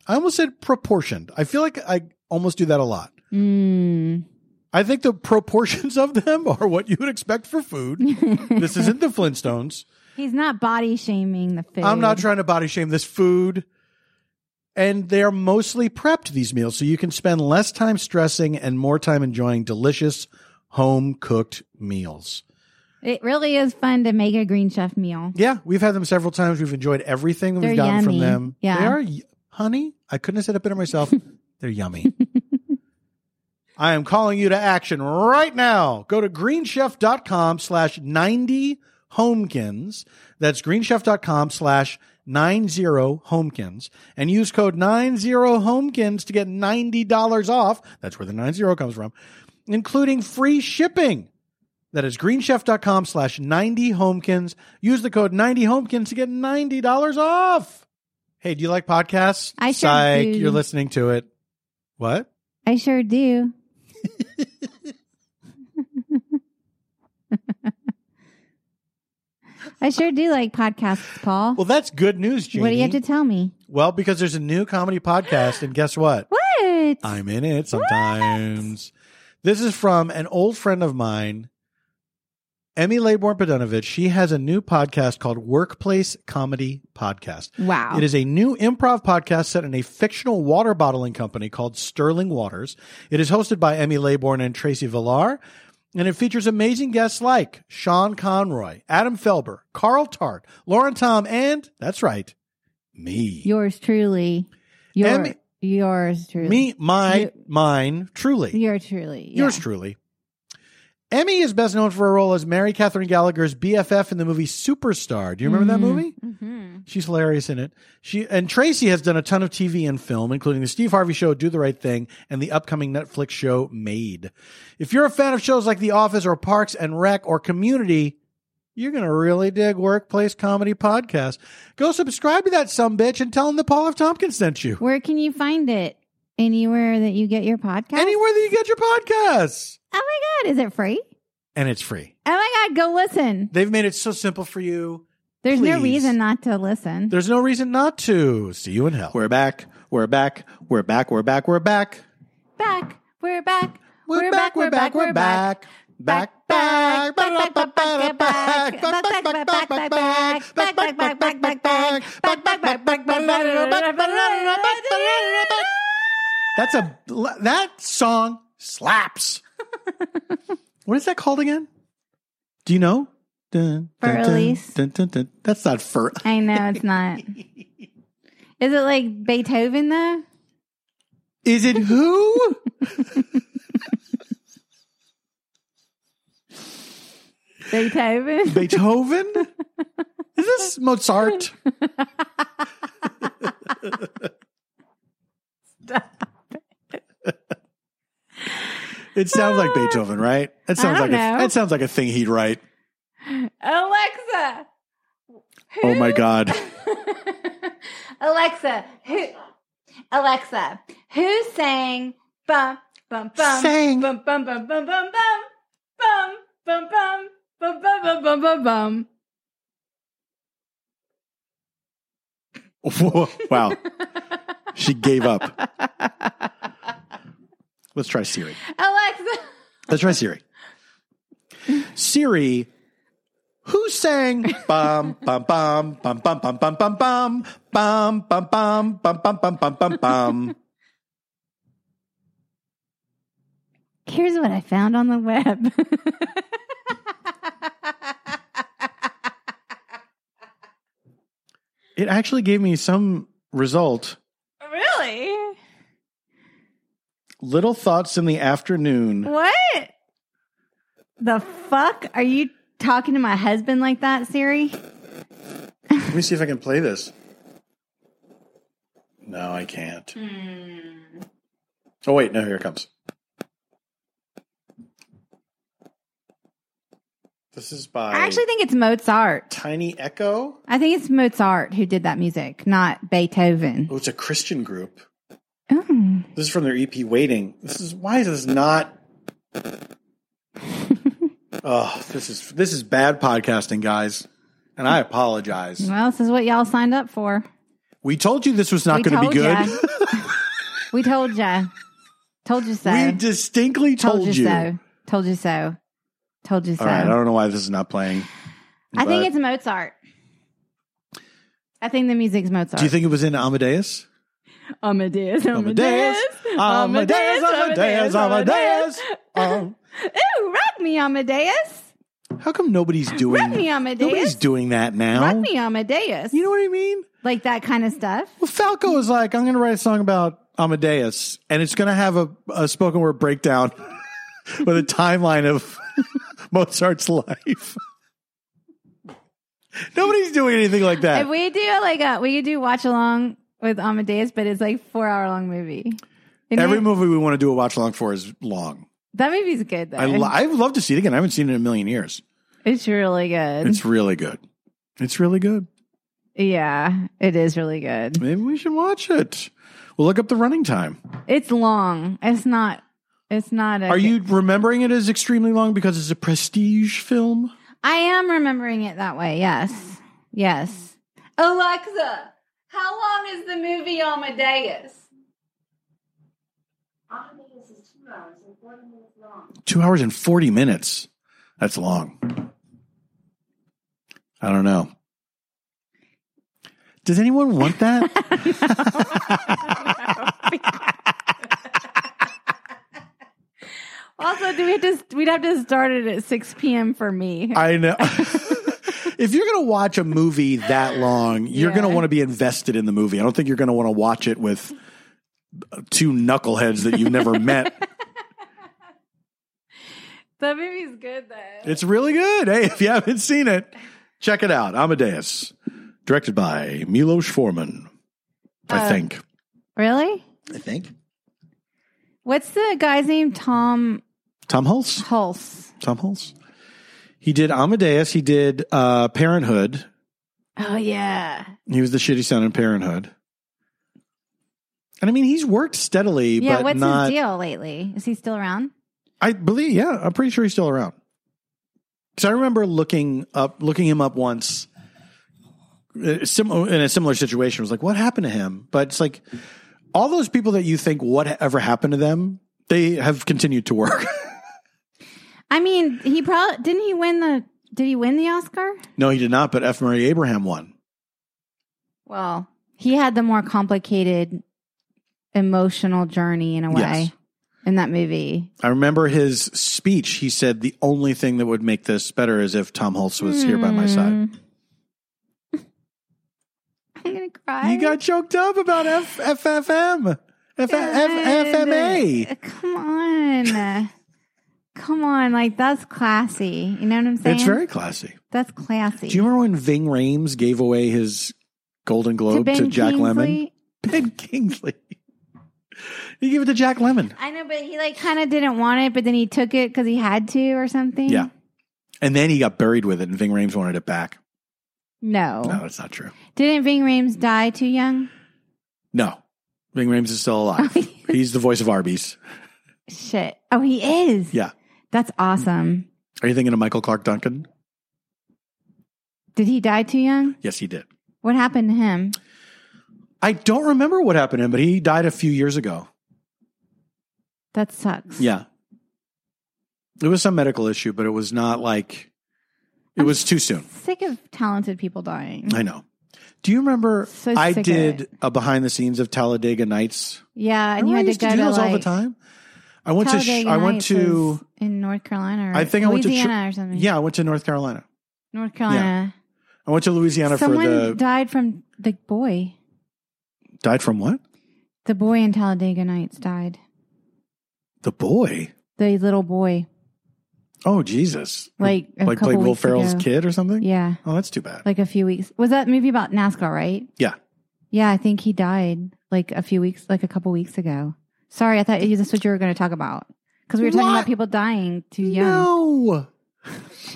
I almost said proportioned. I feel like I almost do that a lot.
Mm.
I think the proportions of them are what you would expect for food. this isn't the Flintstones.
He's not body shaming the food.
I'm not trying to body shame this food. And they're mostly prepped, these meals, so you can spend less time stressing and more time enjoying delicious home cooked meals.
It really is fun to make a green chef meal.
Yeah, we've had them several times. We've enjoyed everything that
They're
we've gotten from
yummy.
them.
Yeah.
They are, y- honey, I couldn't have said it better myself. They're yummy. I am calling you to action right now. Go to greenchef.com slash 90 homekins. That's greenchef.com slash 90 homekins and use code 90 homekins to get $90 off. That's where the 90 comes from, including free shipping. That is greenchef.com slash 90 homekins. Use the code 90 homekins to get $90 off. Hey, do you like podcasts?
I sure
Psych,
do.
you're listening to it. What?
I sure do. I sure do like podcasts, Paul.
Well, that's good news, Jamie.
what do you have to tell me?
well, because there's a new comedy podcast, and guess what?
What?
I'm in it sometimes. This is from an old friend of mine, Emmy Laborn Padunovich. She has a new podcast called Workplace Comedy Podcast.
wow.
It is a new improv podcast set in a fictional water bottling company called Sterling Waters. It is hosted by Emmy Laborn and Tracy Villar, and it features amazing guests like Sean Conroy, Adam Felber, Carl Tart, Lauren Tom, and that's right, me.
yours truly. Your,
Emmy-
yours truly.
me, my,
You-
mine, truly.
Your truly.
Yours truly. Emmy is best known for her role as Mary Catherine Gallagher's BFF in the movie Superstar. Do you remember that movie?
Mm-hmm.
She's hilarious in it. She and Tracy has done a ton of TV and film, including the Steve Harvey Show, Do the Right Thing, and the upcoming Netflix show Made. If you're a fan of shows like The Office or Parks and Rec or Community, you're gonna really dig Workplace Comedy Podcast. Go subscribe to that some bitch and tell them that Paul F. Tompkins sent you.
Where can you find it? Anywhere that you get your podcast?
Anywhere that you get your podcasts,
oh my God. Is it free?
and it's free.
Oh my God. Go listen.
They've made it so simple for you.
There's no
Please.
reason not to listen.
There's no reason not to. See you in hell.
We're back. We're back. We're back. We're back. We're back.
back. We're back.
We're, back, We're back. We're back. Back. Back. Back. Back. Back. Back. Back. Back. Back. Back. Back. Back. Back. Back. Back. Back. Back. Back. Back. Back. Back. Back. Back. That's a that song slaps. what is that called again? Do you know? Dun, dun, dun,
Furlise.
dun, dun, dun. That's not fur.
I know it's not. Is it like Beethoven though?
Is it who?
Beethoven?
Beethoven? Is this Mozart? It sounds like Beethoven, right? That sounds
don't
like a,
know.
that sounds like a thing he'd write.
Alexa.
Oh my god.
Alexa, who? Alexa, who sang bum bum bum
Sang.
bum bum bum bum bum bum bum bum bum bum bum bum bum bum bum?
Whoa, wow. She gave up. Let's try Siri.
Alexa,
Let's try Siri. Siri, who sang bum bum bum bum bum bum bum bum bum bum bum bum bum bum bum bum bum bum?
here's what I found on the web.
It actually gave me some result.
really?
Little thoughts in the afternoon.
What? The fuck? Are you talking to my husband like that, Siri?
Let me see if I can play this. No, I can't. Oh wait, no, here it comes. This is by
I actually think it's Mozart.
Tiny Echo.
I think it's Mozart who did that music, not Beethoven.
Oh, it's a Christian group.
Ooh.
This is from their EP Waiting. This is why is this not Oh, this is this is bad podcasting, guys. And I apologize.
Well, this is what y'all signed up for.
We told you this was not
We
going to be
told
good.
ya. We told ya. Told you so.
we distinctly told, you.
so. Told you so. Told you so.
All right, I don't know why this is not playing.
I
but-
think it's Mozart. I think the music's Mozart.
Do you think it was in Amadeus?
Amadeus, Amadeus,
Amadeus. Amadeus, Amadeus, Amadeus. Um,
Ooh, rock me, Amadeus.
Oh, how come nobody's doing
Rock me, Amadeus.
Nobody's doing that now.
rock me, Amadeus.
You know what I mean?
like that kind of stuff.
Well, Falco is like, I'm going to write a song about Amadeus, and it's going to have a, a spoken word breakdown with a timeline of Mozart's life. Nobody's doing anything like that.
If we do like a, we could do watch along with Amadeus, but it's like four hour long movie. And
Every
it-
movie we want to do a watch along for is long.
that movie's good though.
I lo- I would love to see it again. I haven't seen it in a million years.
it's really good.
It's really good. It's really good.
yeah, it is really good.
Maybe we should watch it. We'll look up the running time.
It's long. It's not. It's not. A,
Are you remembering it as extremely long because it's a prestige film?
I am remembering it that way. Yes. Yes. Alexa, how long is the movie Amadeus?
Amadeus is two hours and forty minutes long.
Two hours and 40 minutes. That's long. I don't know. Does anyone want that?
Also, do we have to? We'd have to start it at six p.m. for me.
I know. if you're going to watch a movie that long, you're going to
Yeah.
want to be invested in the movie. I don't think you're going to want to watch it with uh, two knuckleheads that you've never met.
that movie's good though.
It's really good. Hey, if you haven't seen it, check it out. Amadeus, directed by Milos Forman. I
Uh,
think.
Really?
I think.
What's the guy's name? Tom
Tom Hulse.
Hulse.
Tom Hulse. He did Amadeus. He did uh, Parenthood.
Oh yeah.
He was the shitty son in Parenthood. And I mean, he's worked steadily,
Yeah.
but
What's
not.
his deal lately? Is he still around?
I believe, yeah, I'm pretty sure he's still around. Because I remember looking up, looking him up once, uh, sim- in a similar situation was like, what happened to him? But it's like all those people that you think whatever happened to them, they have continued to work.
I mean, he probably didn't he win the did he win the Oscar?
no, he did not, but F. Murray Abraham won.
Well, he had the more complicated emotional journey in a way
Yes.
in that movie.
I remember his speech. He said, the only thing that would make this better is if Tom Hulse was here by my
Hmm.
side.
I'm gonna cry.
You got choked up about F- FFM. F- F- FMA.
God. Come on. Come on. Like that's classy. You know what I'm saying?
It's very classy.
that's classy.
Do you remember when Ving Rhames gave away his Golden Globe to,
Ben
Jack Lemon?
Kingsley?
Ben Kingsley. he gave it to Jack Lemon.
I know, but he like kind of didn't want it, but then he took it because he had to or something.
Yeah. And then he got buried with it, and Ving Rhames wanted it back.
No.
No, that's not true.
Didn't Ving Rhames die too young?
No. Ving Rhames is still alive. He's the voice of Arby's.
Shit. Oh, he is.
Yeah.
That's awesome.
Are you thinking of Michael Clark Duncan?
Did he die too young?
Yes, he did.
What happened to him?
I don't remember what happened to him, but he died a few years ago.
That sucks.
Yeah. It was some medical issue, but it was not like it was too soon.
Sick of talented people dying.
I know. Do you remember
So
I
sick of
did
it.
a behind the scenes of Talladega Nights?
Yeah, and you
Remember I
had to
used
go
do
to
those
like,
all the time. I went to sh-
Talladega
I went
Nights
to
was in North Carolina. Or
I think I went to Ch-
Louisiana or something.
yeah, I went to North Carolina.
North Carolina.
I went to Louisiana
Someone
for the
died from the boy.
died from what?
The boy in Talladega Nights died.
The boy.
The little boy,
Oh Jesus!
like a
like
couple
played Will
weeks
Ferrell's
ago.
kid or something.
Yeah,
Oh, that's too bad.
like a few weeks. Was that movie about NASCAR? Right.
Yeah.
Yeah, I think he died like a few weeks, like a couple weeks ago. Sorry, I thought this is what you were going to talk about because we were talking
What?
about people dying too young.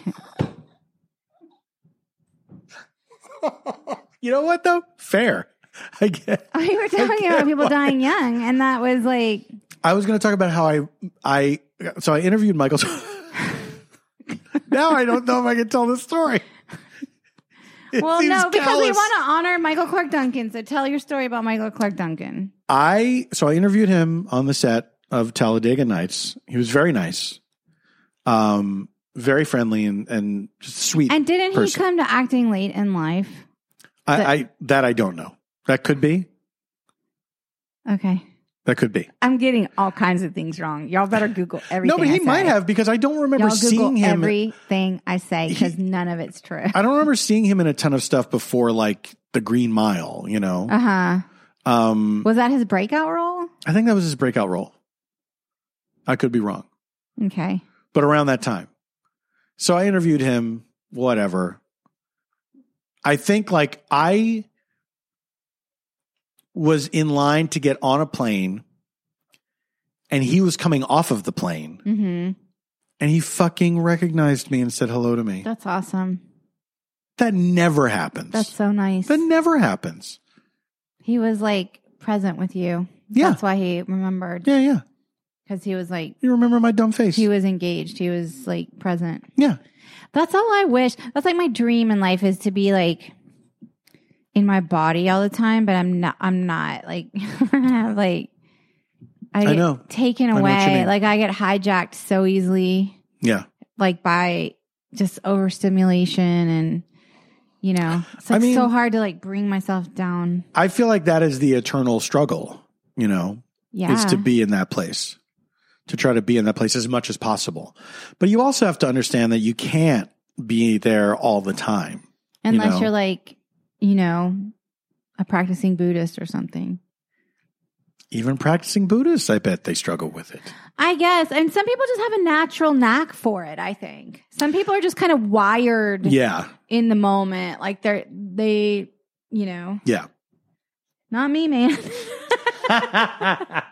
No. you know what though? Fair. I get.
We were talking about people dying young, and that was like
I was going to talk about how I I so I interviewed Michael. now I don't know if I can tell this story. It
Well,
seems
no, because we
callous.
want to honor Michael Clark Duncan. So tell your story about Michael Clark Duncan.
I so I interviewed him on the set of Talladega Nights. He was very nice, um, very friendly and and just sweet.
And didn't
Person.
he come to acting late in life?
I, I that I don't know. That could be.
Okay.
That could be.
I'm getting all kinds of things wrong. Y'all better Google everything.
No, but he
I say.
might have because I don't remember
Y'all Google
seeing him.
everything I say because
He-
none of it's true.
I don't remember seeing him in a ton of stuff before like the Green Mile. You know,
Uh huh.
um,
Was that his breakout role?
I think that was his breakout role. I could be wrong,
Okay.
but around that time. So I interviewed him, whatever. I think like I was in line to get on a plane and he was coming off of the plane
Mm-hmm.
and he fucking recognized me and said hello to me.
That's awesome.
That never happens.
That's so nice.
that never happens.
He was like present with you.
Yeah.
That's why he remembered
yeah, yeah.
because he was like,
You remember my dumb face.
he was engaged. He was like present.
yeah.
That's all I wish. That's like my dream in life is to be like in my body all the time, but I'm not. I'm not like like I,
I
get
know.
taken
I know what you
away.
mean.
Like I get hijacked so easily,
Yeah.
like by just overstimulation and you know, it's
I
like
mean-
so hard to like bring myself down.
I feel like that is the eternal struggle, you know,
Yeah,
is to be in that place, to try to be in that place as much as possible. But you also have to understand that you can't be there all the time.
unless
know.
you're like you know a practicing Buddhist or something.
Even practicing Buddhists, I bet they struggle with it.
I guess. And some people just have a natural knack for it, I think. Some people are just kind of wired
Yeah.
in the moment. Like they're, they, you know,
Yeah.
not me, man.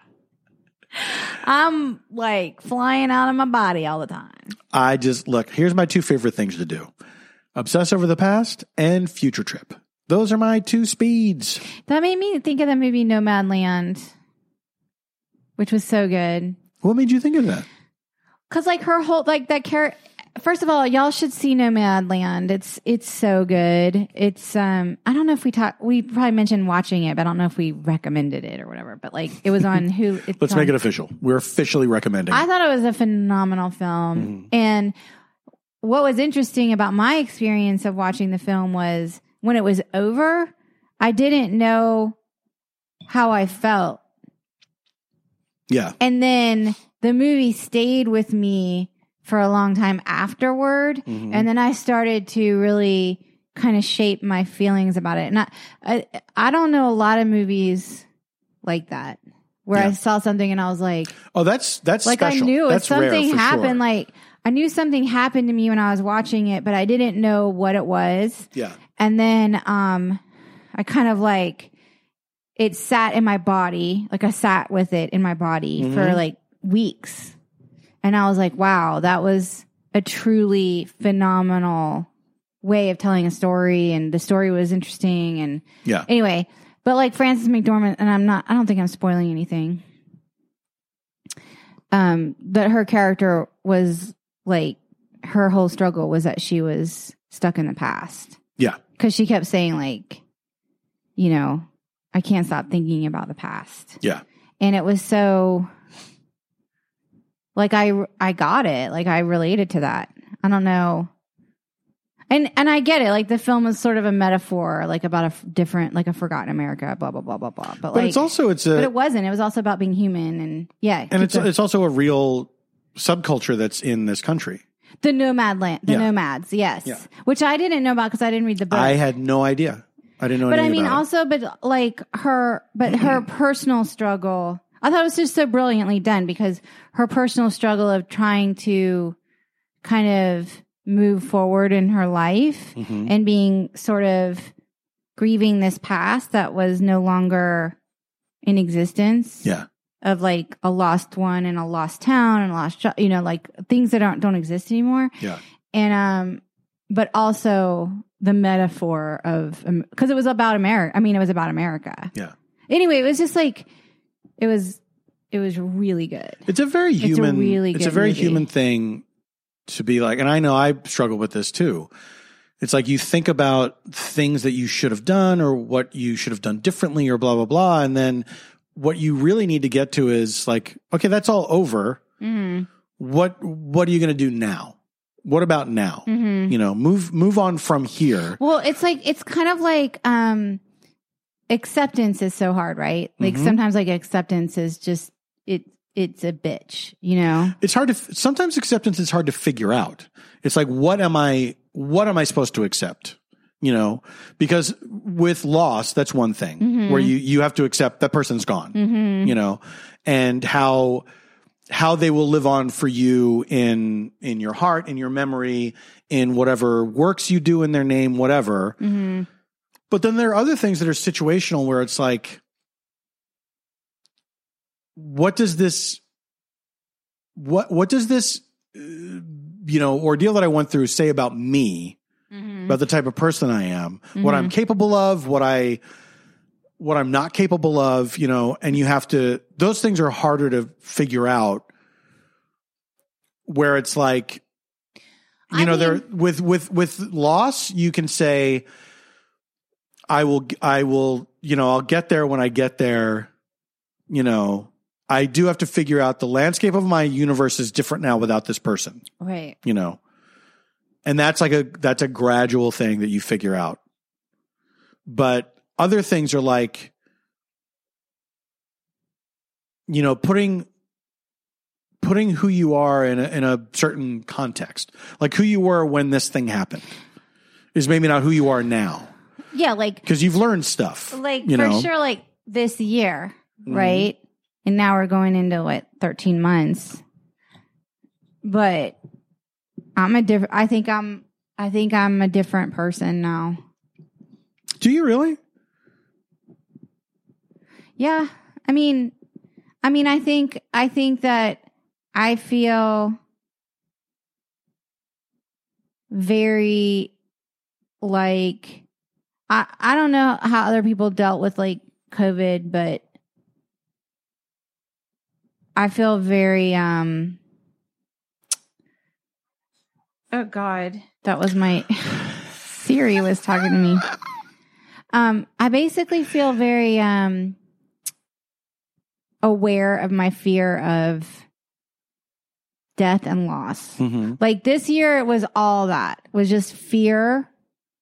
I'm like flying out of my body all the time.
I just look, here's my two favorite things to do obsess over the past and future trip. Those are my two speeds.
That made me think of the movie Nomadland, which was so good.
What made you think of that?
Cause like her whole, like that character, First of all, y'all should see Nomadland. It's it's so good. It's um I don't know if we talked we probably mentioned watching it, but I don't know if we recommended it or whatever. But like it was on who it's
Let's make
on-
it official. We're officially recommending.
I thought it was a phenomenal
Mm-hmm.
film. And what was interesting about my experience of watching the film was when it was over, I didn't know how I felt.
yeah.
And then the movie stayed with me for a long time afterward.
Mhm.
And then I started to really kind of shape my feelings about it. And I, I, I don't know a lot of movies like that where I
Yeah.
saw something and I was like,
oh, that's that's
like
special.
I knew if
that's rare,
something
for
happened,
sure.
like I knew something happened to me when I was watching it, but I didn't know what it was.
yeah,
And then um I kind of like it sat in my body, like I sat with it in my body for
Mhm.
like weeks. And I was like, wow, that was a truly phenomenal way of telling a story and the story was interesting and
yeah.
Anyway, but like Frances McDormand, and I'm not, I don't think I'm spoiling anything. Um, but her character was like, her whole struggle was that she was stuck in the past.
Yeah.
Cause she kept saying, like, you know, I can't stop thinking about the past.
Yeah.
And it was so, like, I, I got it. Like, I related to that. I don't know and and I get it. Like the film is sort of a metaphor, like about a f- different, like a forgotten America, blah blah blah blah blah. But,
But
like,
it's also it's
but
a
it wasn't. It was also about being human, and yeah, keep
and it's
the,
it's also a real subculture that's in this country.
the nomad land, the
Yeah.
nomads, yes,
Yeah.
which I didn't know about because I didn't read the book.
I had no idea. I didn't know.
but I
anything
mean,
about it.
also, but like her, but her personal struggle. I thought it was just so brilliantly done because her personal struggle of trying to kind of move forward in her life
Mhm.
and being sort of grieving this past that was no longer in existence
yeah,
of like a lost one and a lost town and a lost jo- you know like things that don't don't exist anymore
Yeah.
and um but also the metaphor of because it was about america i mean it was about america
Yeah.
anyway it was just like it was it was really good
it's a very
a
human. It's a,
really good
very
movie.
human thing to be like, and I know I struggle with this too. It's like you think about things that you should have done or what you should have done differently or blah blah blah, and then what you really need to get to is like, okay, that's all over.
mm-hmm.
What what are you going to do now? What about now?
Mm-hmm.
You know, move move on from here.
Well, it's like it's kind of like um acceptance is so hard, right? Like
Mhm.
sometimes like acceptance is just it it's a bitch, you know?
it's hard to sometimes acceptance is hard to figure out it's like what am i what am i supposed to accept you know because with loss that's one thing
Mhm.
where you you have to accept that person's gone
Mhm.
you know and how how they will live on for you in in your heart in your memory in whatever works you do in their name whatever
Mhm.
but then there are other things that are situational where it's like, what does this, what what does this, uh, you know, ordeal that I went through say about me,
Mhm.
about the type of person I am, what
Mm-hmm.
I'm capable of, what I, what I'm not capable of, you know, and you have to. Those things are harder to figure out. Where it's like, you
I
know
mean,
there with with with loss you can say i will i will you know i'll get there when i get there you know i do have to figure out the landscape of my universe is different now without this person
right.
you know and that's like a that's a gradual thing that you figure out but other things are like you know putting putting who you are in a, in a certain context like who you were when this thing happened is maybe not who you are now
Yeah, like
because you've learned stuff
like
you
for
know
sure like this year,
Mhm.
right? And now we're going into what 13 months. But I'm a different I think I'm I think I'm a different person now.
do you really
Yeah. I mean, I mean, I think, I think that I feel very like, I, I don't know how other people dealt with like COVID, but I feel very, um, Oh God, that was my Siri was talking to me. Um, I basically feel very um aware of my fear of death and loss.
Mm-hmm.
Like this year, it was all that was just fear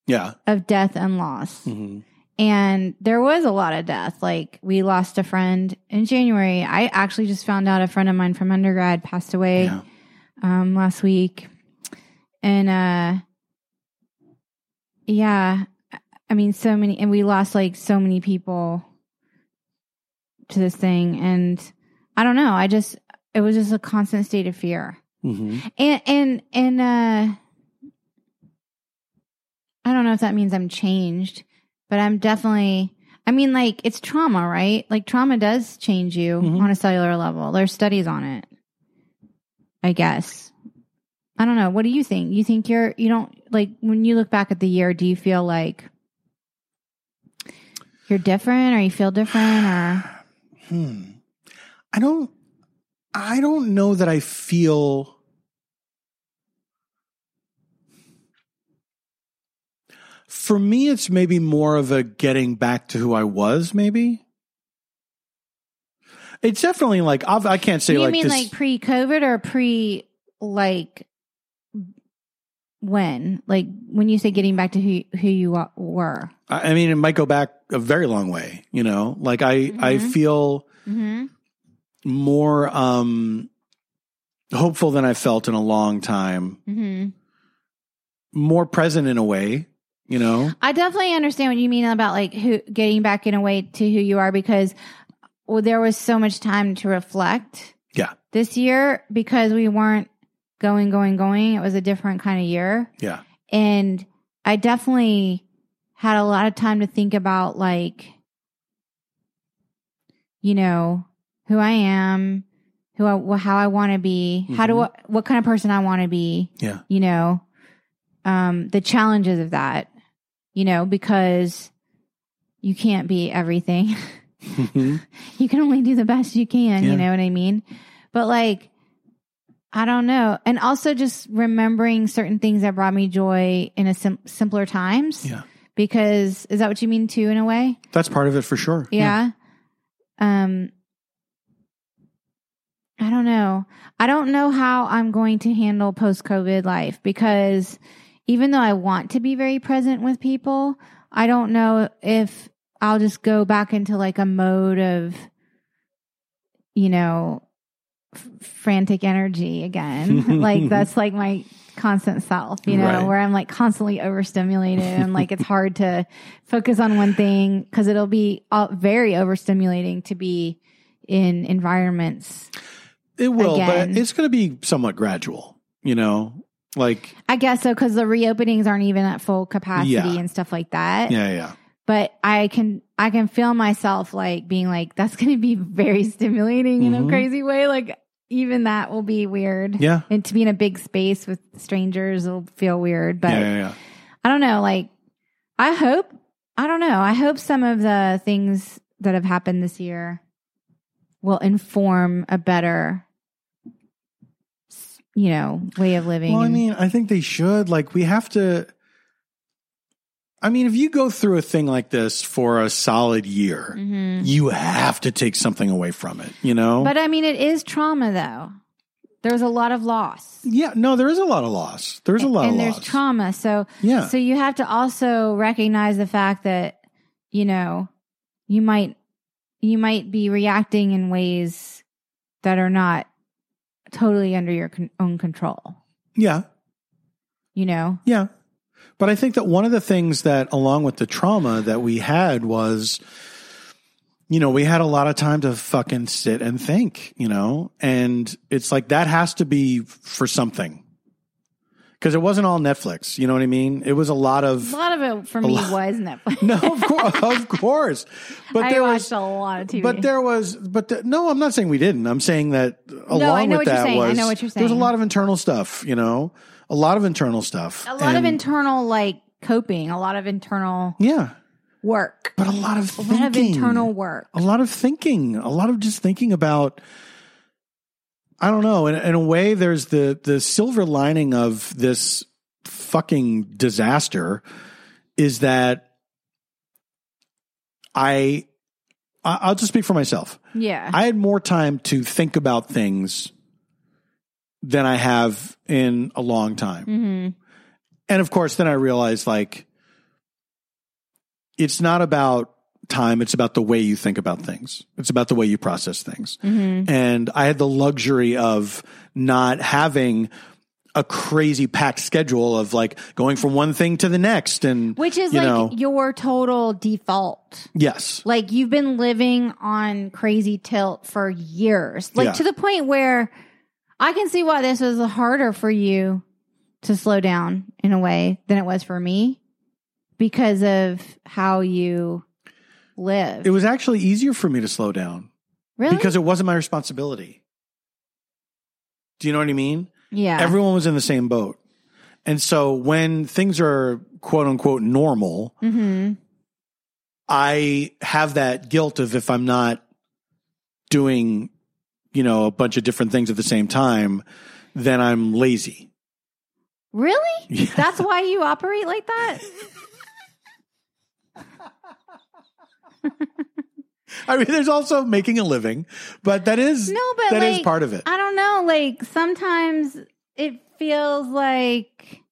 Yeah.
of death and loss.
Mm-hmm.
And there was a lot of death. Like we lost a friend in January. I actually just found out a friend of mine from undergrad passed away
Yeah.
um, last week, and uh, yeah, I mean, so many, and we lost like so many people to this thing, and I don't know. I just it was just a constant state of fear,
Mm-hmm.
and and and uh, I don't know if that means I'm changed, but I'm definitely. I mean, like it's trauma, right? Like trauma does change you
Mhm.
on a cellular level. There's studies on it. I guess. I don't know. What do you think? You think you're you don't like when you look back at the year, do you feel like you're different or you feel different or
Hmm. I don't. I don't know that I feel. For me, it's maybe more of a getting back to who I was. Maybe it's definitely like I've, I can't say
do you
like
mean
this.
like pre COVID or pre like when? Like when you say getting back to who who you wa- were.
I I mean, it might go back a very long way. You know, like I I
Mhm.
feel
Mm-hmm.
more um hopeful than I felt in a long time.
Mm-hmm.
More present in a way. You know.
I definitely understand what you mean about like who getting back in a way to who you are because well, there was so much time to reflect.
Yeah.
This year because we weren't going, going, going. It was a different kind of year,
Yeah.
and I definitely had a lot of time to think about like, you know, who I am, who I, how I want to be, how do I, what kind of person I want to be
Mm-hmm. Yeah.
you know, um, the challenges of that, you know, because you can't be everything.
Mm-hmm.
you can only do the best you can,
Yeah.
you know what I mean? But like, I don't know. And also just remembering certain things that brought me joy in a sim- simpler times.
Yeah.
Because is that what you mean too, in a way?
That's part of it for sure.
Yeah. Um I don't know. I don't know how I'm going to handle post-COVID life because even though I want to be very present with people, I don't know if I'll just go back into like a mode of you know f- frantic energy again. like that's like my constant self, you know,
Right.
where I'm like constantly overstimulated and like it's hard to focus on one thing because it'll be all, very overstimulating to be in environments.
It will,
Again.
but it's going to be somewhat gradual, you know? Like,
I guess so because the reopenings aren't even at full capacity
Yeah.
and stuff like that.
yeah, yeah.
But I can I can feel myself like being like that's going to be very stimulating in a
Mhm.
crazy way. Like even that will be weird.
Yeah.
And to be in a big space with strangers will feel weird. But
yeah, yeah, yeah.
I don't know. Like, I hope, I don't know. I hope some of the things that have happened this year will inform a better, s- you know, way of living.
Well, I
and-
mean, I think they should. Like, we have to. I mean, if you go through a thing like this for a solid year,
Mhm.
you have to take something away from it, you know?
but I mean, it is trauma though. There's a lot of loss.
yeah, no, there is a lot of loss. There's a lot
and
of
there's
loss.
trauma. So,
yeah.
so you have to also recognize the fact that, you know, you might, you might be reacting in ways that are not totally under your con- own control.
yeah.
you know
Yeah. But I think that one of the things that, along with the trauma that we had, was, you know, we had a lot of time to fucking sit and think, you know? And it's like that has to be for something. Because it wasn't all Netflix. You know what I mean? It was a lot
a
of.
lot of it for me
lot-
was netflix
No, of course. Of course. But
i
there
watched
was.
a lot of tv
But there was, but the, no, I'm not saying we didn't. I'm saying that along
I know what
with
you're
that
saying. I
was
know what you're
there was a
saying.
lot of internal stuff, you know, a lot of internal stuff,
a lot of
And-
internal like coping a lot of internal
yeah,
work
but a lot of
a
thinking,
lot of internal work
a lot of thinking, a lot of just thinking about I don't know. In, in a way, there's the the silver lining of this fucking disaster is that I I- I'll just speak for myself.
Yeah.
I had more time to think about things than I have in a long time.
mm-hmm.
And of course, then I realized like it's not about time, it's about the way you think about things. It's about the way you process things.
Mm-hmm.
And I had the luxury of not having a crazy packed schedule of like going from one thing to the next and
Which is
you
like
know,
your total default.
yes.
Like you've been living on crazy tilt for years. Like
Yeah.
to the point where I can see why this was harder for you to slow down in a way than it was for me because of how you live.
It was actually easier for me to slow down
really?
because it wasn't my responsibility. Do you know what I mean?
yeah.
Everyone was in the same boat. And so when things are quote unquote normal,
mm-hmm.
I have that guilt of if I'm not doing, you know, a bunch of different things at the same time, then I'm lazy.
Really?
Yeah.
That's why you operate like that?
I mean, there's also making a living, but that is
No, but
that is
like-
part of it.
I don't know. Like sometimes it feels like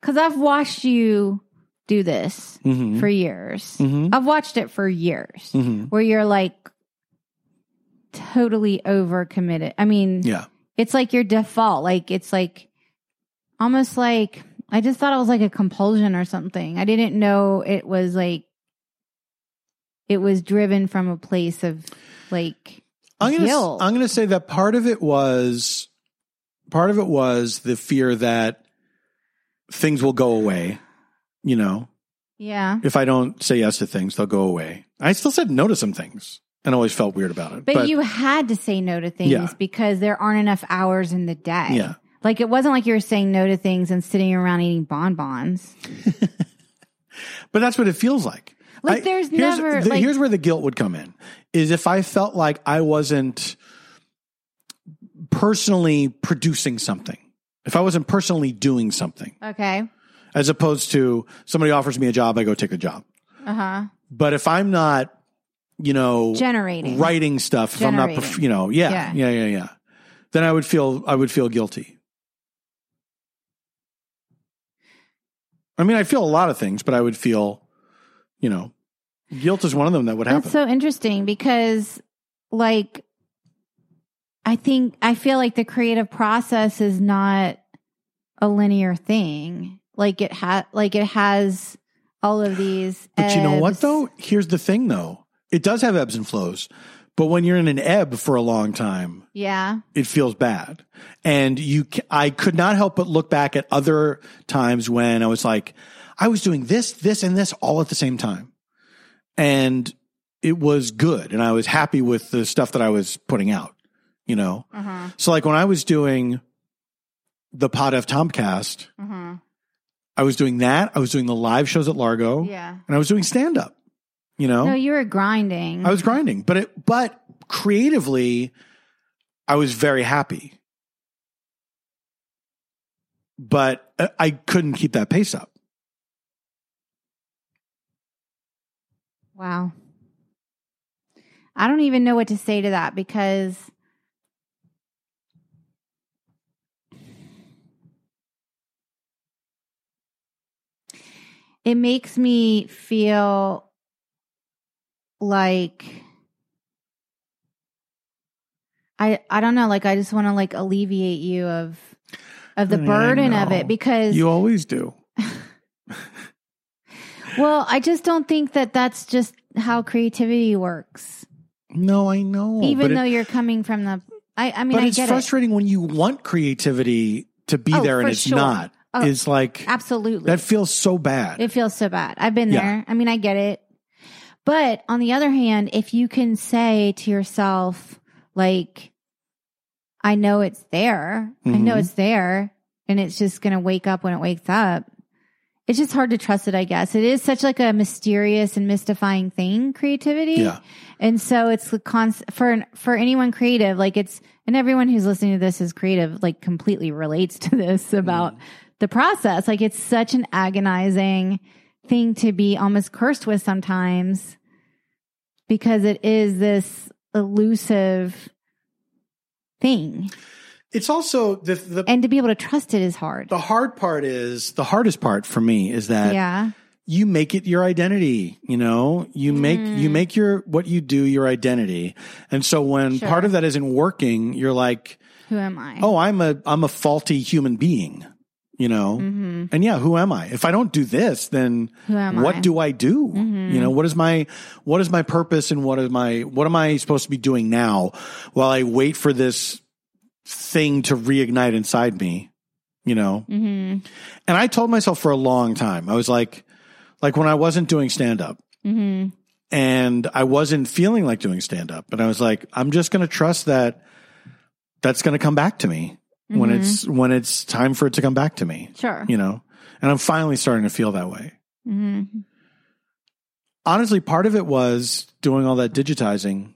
because I've watched you do this
Mm-hmm.
for years.
hmm
I've watched it for years
hmm
where you're like totally overcommitted. I mean,
Yeah.
it's like your default. Like it's like almost like I just thought it was like a compulsion or something. I didn't know it was like it was driven from a place of like
I'm gonna
guilt.
I'm gonna say that part of it was part of it was the fear that things will go away. You know,
yeah.
if I don't say yes to things, they'll go away. I still said no to some things and always felt weird about it.
But, you had to say no to things
Yeah.
because there aren't enough hours in the day.
Yeah.
Like it wasn't like you were saying no to things and sitting around eating bonbons.
But that's what it feels like.
Like,
I-
there's
here's,
never,
the-
like-
here's where the guilt would come in is if I felt like I wasn't personally producing something, if I wasn't personally doing something,
Okay.
as opposed to somebody offers me a job, I go take the job.
Uh huh.
But if I'm not, you know,
Generating.
writing stuff, if I'm not, perf-
Generating.
you know, yeah,
Yeah.
yeah, yeah, yeah, then I would feel I would feel guilty. I mean, I feel a lot of things, but I would feel, you know, guilt is one of them that would happen.
That's so interesting because, like, I think I feel like the creative process is not a linear thing. Like it ha like it has all of these.
but you know what
ebbs.
though? Here's the thing though. It does have ebbs and flows. But when you're in an ebb for a long time,
Yeah.
it feels bad. And you, ca- I could not help but look back at other times when I was like, I was doing this, this, and this all at the same time. And it was good. And I was happy with the stuff that I was putting out, you know?
Uh huh.
So like when I was doing the Pod F Tomcast,
Uh huh.
I was doing that. I was doing the live shows at Largo
Yeah.
and I was doing stand up, you know?
No, you were grinding.
I was grinding, but it, but creatively, I was very happy. But I- I couldn't keep that pace up.
Wow. I don't even know what to say to that because it makes me feel like I I don't know like I just want to like alleviate you of of the
I
burden of
know.
it because
You always do.
well I just don't think that that's just how creativity works.
No, I know.
even
Oh, but it-
though you're coming from the i i mean
but
i
it's
get it
frustrating when you want creativity to be
Oh,
there and
for
it's
sure.
not.
Oh,
it's like
absolutely
that feels so bad.
it feels so bad i've been
Yeah.
there i mean i get it but on the other hand if you can say to yourself like i know it's there i know
Mhm.
it's there and it's just gonna wake up when it wakes up it's just hard to trust it, I guess. It is such like a mysterious and mystifying thing, creativity.
Yeah.
And so it's the cons for for anyone creative, like it's and everyone who's listening to this is creative, like completely relates to this about
Mm-hmm.
the process. Like it's such an agonizing thing to be almost cursed with sometimes because it is this elusive thing.
It's also the the
And to be able to trust it is hard.
the hard part is the hardest part for me is that
yeah.
you make it your identity you know you make you
Mm.
make your what you do your identity and so when
Sure.
part of that isn't working you're like
Who am I?
oh i'm a i'm a faulty human being you know
Mhm.
and yeah who am i if i don't do this then
Who am
what
I?
do i do
Mhm.
you know what is my what is my purpose and what is my what am i supposed to be doing now while i wait for this thing to reignite inside me you know
Mm-hmm.
and i told myself for a long time i was like like when i wasn't doing stand up
Mm-hmm.
and I wasn't feeling like doing stand up. And I was like, I'm just going to trust that that's going to come back to me when
Mhm.
it's when it's time for it to come back to me,
Sure.
you know. And I'm finally starting to feel that way.
Mm-hmm.
Honestly, part of it was doing all that digitizing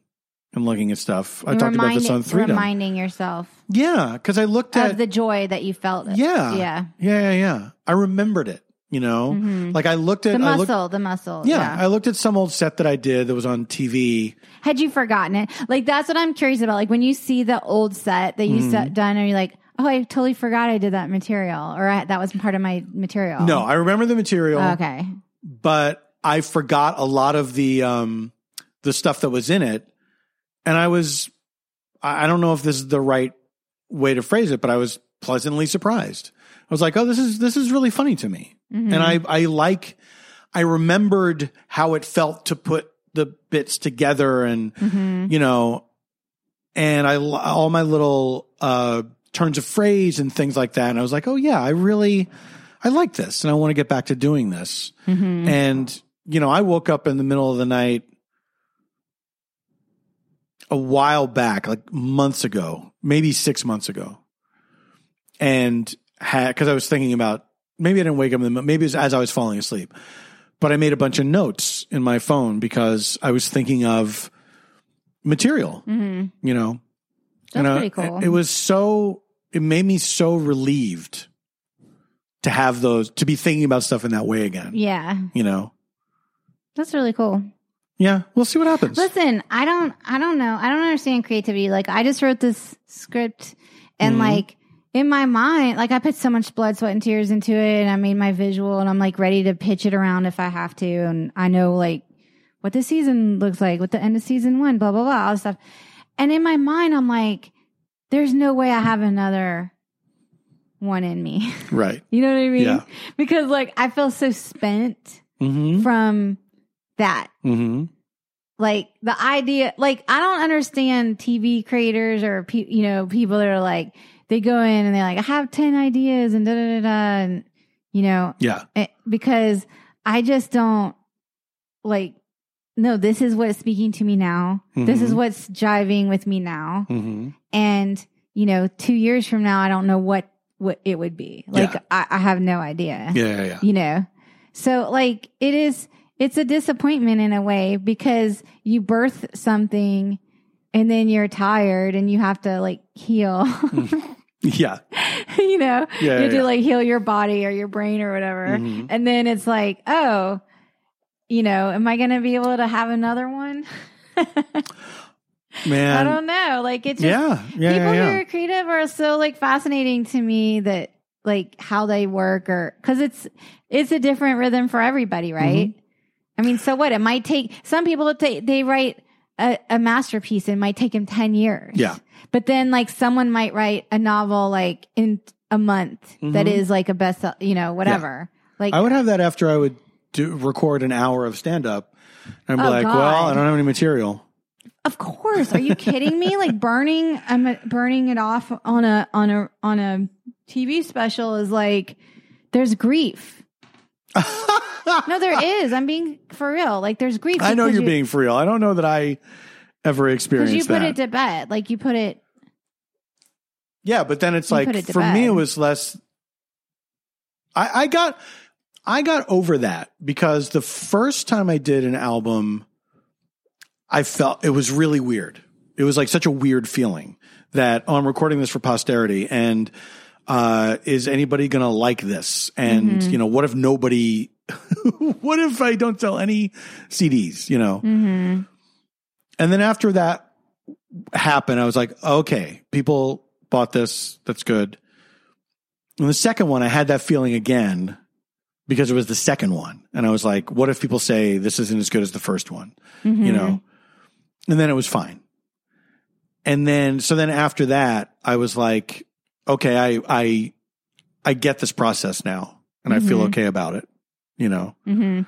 and looking at stuff. I talked about this on Freedom.
Reminding yourself
yeah, because I looked at
of the joy that you felt.
Yeah.
Yeah.
yeah, yeah, yeah. I remembered it. You know,
Mhm.
like I looked at
The
Mm-hmm. I looked,
muscle, the muscle.
yeah, I looked at some old set that I did that was on TV.
Had you forgotten it? Like, that's what I'm curious about. Like, when you see the old set that you
Mm-hmm.
set done, and you're like, oh, I totally forgot I did that material, or I, that was part of my material.
No, I remember the material.
Oh. okay.
but I forgot a lot of the um the stuff that was in it, and I was I I don't know if this is the right way to phrase it, but I was pleasantly surprised. I was like, oh, this is this is really funny to me,
Mm-hmm.
and I I like I remembered how it felt to put the bits together, and
Mm-hmm.
you know, and I l- all my little uh turns of phrase and things like that, and I was like, oh yeah, I really. I like this and I want to get back to doing this.
Mm-hmm.
And, you know, I woke up in the middle of the night a while back, like months ago, maybe six months ago. And had, cause I was thinking about, maybe I didn't wake up in the, mi- maybe it was as I was falling asleep, but I made a bunch of notes in my phone because I was thinking of material, you know?
That's
And I-
pretty cool.
It was so, it made me so relieved to have those, to be thinking about stuff in that way again,
yeah.
you know?
That's really cool.
Yeah, we'll see what happens.
Listen, I don't I don't know. I don't understand creativity. Like I just wrote this script and
Mhm.
like in my mind, like I put so much blood, sweat, and tears into it and I made my visual and I'm like ready to pitch it around if I have to and I know like what the season looks like, what the end of season one, blah blah blah, all this stuff. And in my mind I'm like, there's no way I have another one in me.
right.
you know what I mean?
Yeah.
Because like I feel so spent
Mm-hmm.
from that
Mm-hmm.
like the idea like i don't understand tv creators or pe- you know people that are like they go in and they're like i have 10 ideas and da da da da and you know
Yeah.
eh, because i just don't like no this is what's speaking to me now this is
Mhm.
what's jiving with me now
Mm-hmm.
and you know 2 years from now i don't know what what it would be like
Yeah.
I, I have no idea
Yeah. Yeah. yeah.
you know so like it is it's a disappointment in a way because you birth something and then you're tired and you have to like heal
Yeah.
you know
Yeah,
you have
yeah.
to like heal your body or your brain or whatever
Mhm.
and then it's like oh you know am i going to be able to have another one
Man.
i don't know like it's just
yeah. Yeah.
people
Yeah. yeah.
who are creative are so like fascinating to me that like how they work or because it's it's a different rhythm for everybody
Mm-hmm.
right i mean so what it might take some people they, they write a, a masterpiece and it might take them 10 years
Yeah.
but then like someone might write a novel like in a month that
Mhm.
is like a best you know whatever like
I would have that after I would do record an hour of stand up. I'd be
Oh,
like,
God.
well, I don't have any material.
Of course. Are you kidding me? Like burning, I'm a- burning it off on a on a on a TV special is like there's grief. No, there is. I'm being for real. Like there's grief.
I know
because
you're
you-
being for real. I don't know that I ever
because
experienced
you put
that.
it to bed. Like you put it.
Yeah, but then it's
You
like
put it to
for me
bed.
it was less I, I got I got over that because the first time I did an album, I felt it was really weird. It was like such a weird feeling that oh, I'm recording this for posterity and uh, is anybody going to like this? And,
Mm-hmm.
you know, what if nobody, what if I don't sell any CDs, you know?
Mm-hmm.
And then after that happened, I was like, okay, people bought this. That's good. And the second one, I had that feeling again because it was the second one. And I was like, what if people say this isn't as good as the first one?
Mm-hmm.
You know? And then it was fine. And then, so then after that, I was like, okay, I, I, I get this process now and I feel
Mhm.
okay about it, you know?
hmm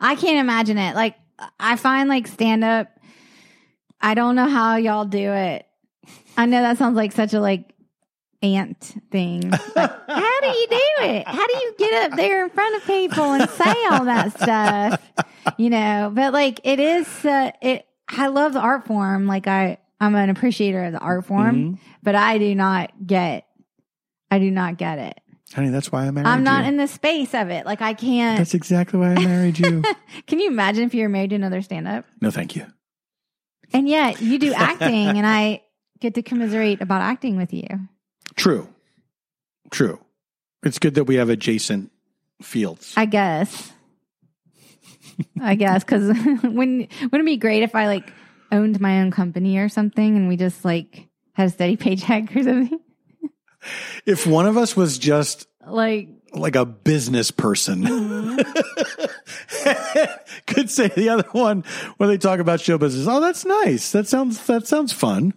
I can't imagine it. Like I find like stand up. I don't know how y'all do it. I know that sounds like such a like ant thing. But how do you do it? How do you get up there in front of people and say all that stuff? You know, but like it is. Uh, it. I love the art form. Like I, I'm an appreciator of the art form,
Mhm.
but I do not get. I do not get it.
Honey, that's why I married
I'm not
you.
in the space of it. Like I can't.
that's exactly why I married you.
Can you imagine if you were married to another stand up?
no, thank you.
And yet you do acting, and I get to commiserate about acting with you.
True. True. It's good that we have adjacent fields.
I guess. I guess because wouldn't wouldn't it be great if I like owned my own company or something, and we just like had a steady paycheck or something?
if one of us was just
Like,
like a business person,
Mm-hmm.
could say the other one when they talk about show business, oh, that's nice. That sounds that sounds fun.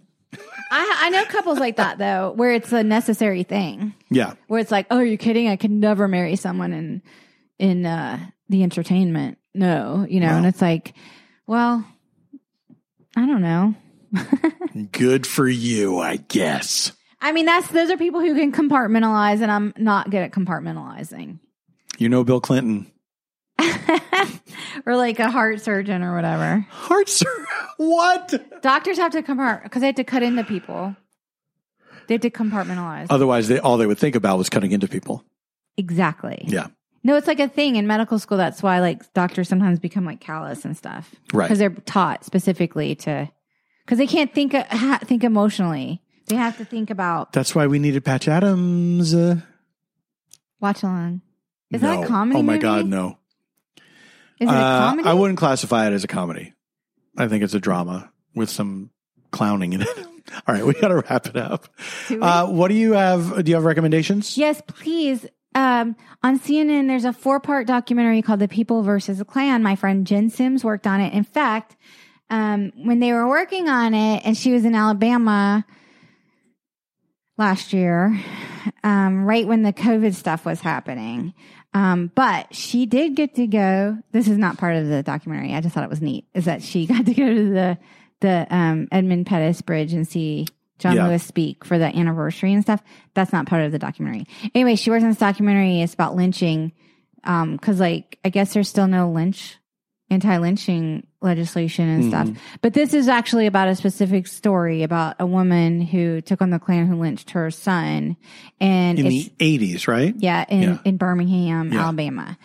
I I know couples like that though, where it's a necessary thing.
Yeah.
where it's like, oh, you're kidding. I could never marry someone in in uh, the entertainment. No, you know, and
No.
it's like, well, I don't know.
Good for you, I guess.
I mean, that's those are people who can compartmentalize, and I'm not good at compartmentalizing,
You know Bill Clinton.
or like a heart surgeon or whatever.
Heart sur- what?
Doctors have to compart because they have to cut into people. They have to compartmentalize.
Otherwise they all they would think about was cutting into people.
exactly.
Yeah.
No, it's like a thing in medical school. That's why like doctors sometimes become like callous and stuff.
Right.
because they're taught specifically to because they can't think uh, ha, think emotionally. They have to think about
That's why we needed Patch Adams. Uh,
watch along. Is that
no.
a comedy?
Oh my
movie?
god, no.
Is it a
Uh,
comedy?
I wouldn't classify it as a comedy. I think it's a drama with some clowning in it. All right, we got to wrap it up.
Do we?
Uh, what do you have? Do you have recommendations?
yes, please. Um, on CNN, there's a four part documentary called "The People versus the Klan." My friend Jen Sims worked on it. In fact, um, when they were working on it, and she was in Alabama last year, um, right when the COVID stuff was happening. Um, but she did get to go. This is not part of the documentary. I just thought it was neat. Is that she got to go to the the um, Edmund Pettus Bridge and see John
Yeah.
Lewis speak for the anniversary and stuff. That's not part of the documentary. Anyway, she works on this documentary. It's about lynching because, like, I guess there's still no lynch anti-lynching legislation and stuff.
Mm-hmm.
But this is actually about a specific story about a woman who took on the Klan who lynched her son, and
In
it's,
the eighties, right?
yeah, in
Yeah.
in Birmingham,
Yeah.
Alabama,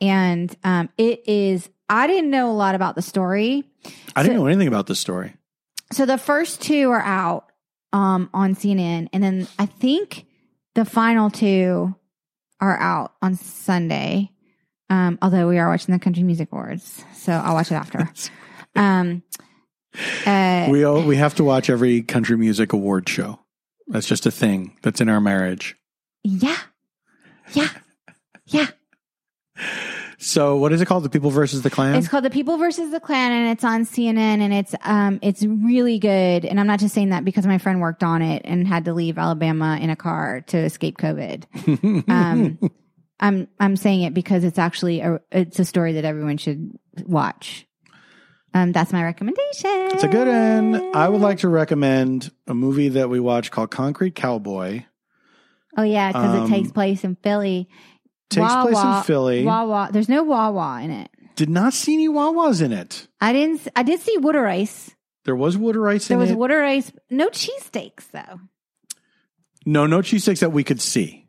and um, it is. I didn't know a lot about the story,
I didn't know anything about this story.
so the first two are out um, on CNN, and then I think the final two are out on Sunday. Um, although we are watching the Country Music Awards, so I'll watch it after. um, uh,
We all, we have to watch every country music award show. That's just a thing that's in our marriage.
yeah, yeah, yeah.
So, what is it called? The People versus the Clan.
It's called The People versus the Klan, and it's on CNN, and it's um it's really good. And I'm not just saying that because my friend worked on it and had to leave Alabama in a car to escape COVID.
Hmm.
Um, I'm I'm saying it because it's actually a it's a story that everyone should watch. Um, that's my recommendation.
It's a good one. I would like to recommend a movie that we watch called Concrete Cowboy.
Oh yeah, because
Um,
it takes place in Philly.
Takes
Wah,
place
wah,
in Philly.
Wawa. There's no Wawa in it.
Did not see any Wawas in it.
I didn't. s- I did see water ice.
There was water ice
There
in
was
it.
water ice. No cheesesteaks though.
No, no cheesesteaks that we could see.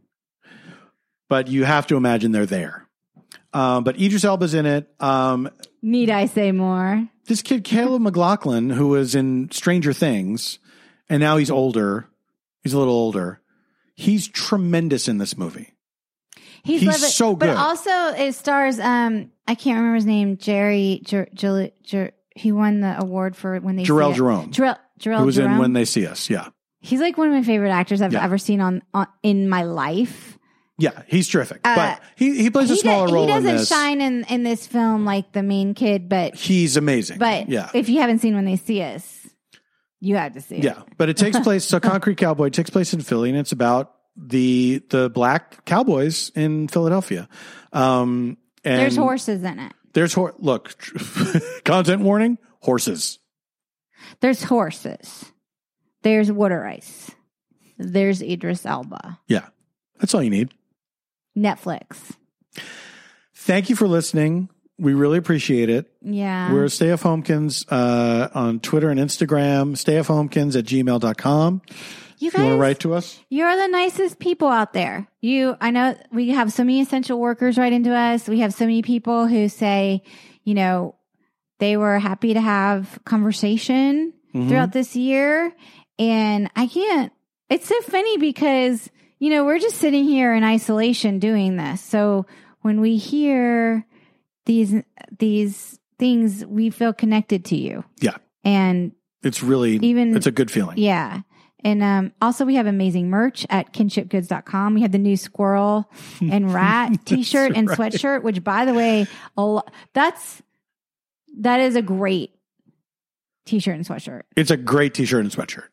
But you have to imagine they're there. Um, but Idris Elba's in it. Um,
Need I say more?
this kid Caleb McLaughlin, who was in Stranger Things, and now he's older. He's a little older. He's tremendous in this movie.
He's,
He's
lovely.
so
But
good.
also, it stars. Um, I can't remember his name. Jerry. Jer, Jer, Jer, he won the award for when they.
Jarrell
see it.
Jerome,
Jarrell. Jarrell
who was
Jerome.
in When They See Us. Yeah,
He's like one of my favorite actors I've
Yeah.
ever seen on, on in my life.
yeah, he's terrific.
Uh,
but he he plays a
he,
smaller
does,
role
he doesn't
in this.
shine in in this film like the main kid, but
He's amazing.
but
yeah,
if you haven't seen when they see us, you have to see it.
Yeah, but it takes place. So Concrete Cowboy takes place in Philly, and it's about the the black cowboys in Philadelphia. Um, and
There's horses in it.
There's hor- Look, content warning: horses.
There's horses. There's water ice. There's Idris Elba.
That's all you need.
Netflix.
Thank you for listening. We really appreciate it.
Yeah.
We're Stay F Homekins uh, on Twitter and Instagram, stayfhomekins at gmail.com.
you
If you want
guys,
to write to us,
you're the nicest people out there. You, I know we have so many essential workers write into us. We have so many people who say, you know, they were happy to have conversation
Mhm.
throughout this year. And I can't, it's so funny because, you know, we're just sitting here in isolation doing this. So when we hear these, these things, we feel connected to you.
Yeah.
And
it's really,
even,
it's a good feeling.
yeah. And um, also, we have amazing merch at kinshipgoods.com. We have the new squirrel and rat t shirt and
right.
sweatshirt, which, by the way, a lo- that's that is a great t shirt and sweatshirt.
It's a great t shirt and sweatshirt.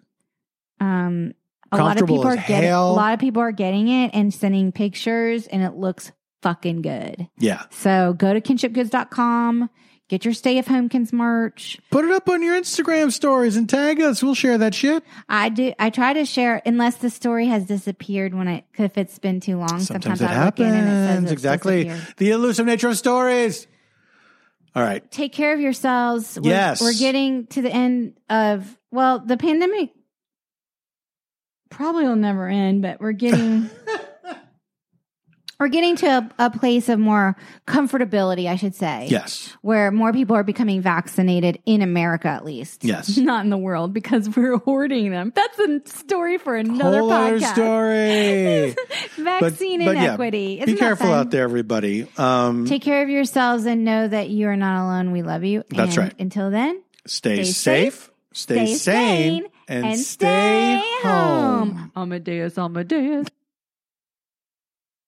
Um, a lot of
Comfortable
people are
as
getting a
hell.
lot of people are getting it and sending pictures, and it looks fucking good.
Yeah.
So go to kinshipgoods.com, get your stay of homekins merch.
Put it up on your Instagram stories and tag us. We'll share that shit.
I do. I try to share unless the story has disappeared when I if it's been too long. Sometimes,
Sometimes, it
I look in
happens.
and it says it's
exactly.
disappeared.
The elusive nature of stories. All right.
Take care of yourselves. We're,
Yes.
we're getting to the end of well, the pandemic probably will never end, but we're getting we're getting to a, a place of more comfortability, I should say.
Yes.
Where more people are becoming vaccinated in America, at least.
Yes.
Not in the world because we're hoarding them. That's a story for another
Whole other
podcast.
story.
Vaccine
but yeah,
inequity. Isn't
Be
that
careful
fun?
out there, everybody. Um,
Take care of yourselves and know that you are not alone. We love you.
That's
And
right.
Until then, stay
stay, safe, stay,
stay
sane,
sane
and,
and
stay, home.
Amadeus, Amadeus.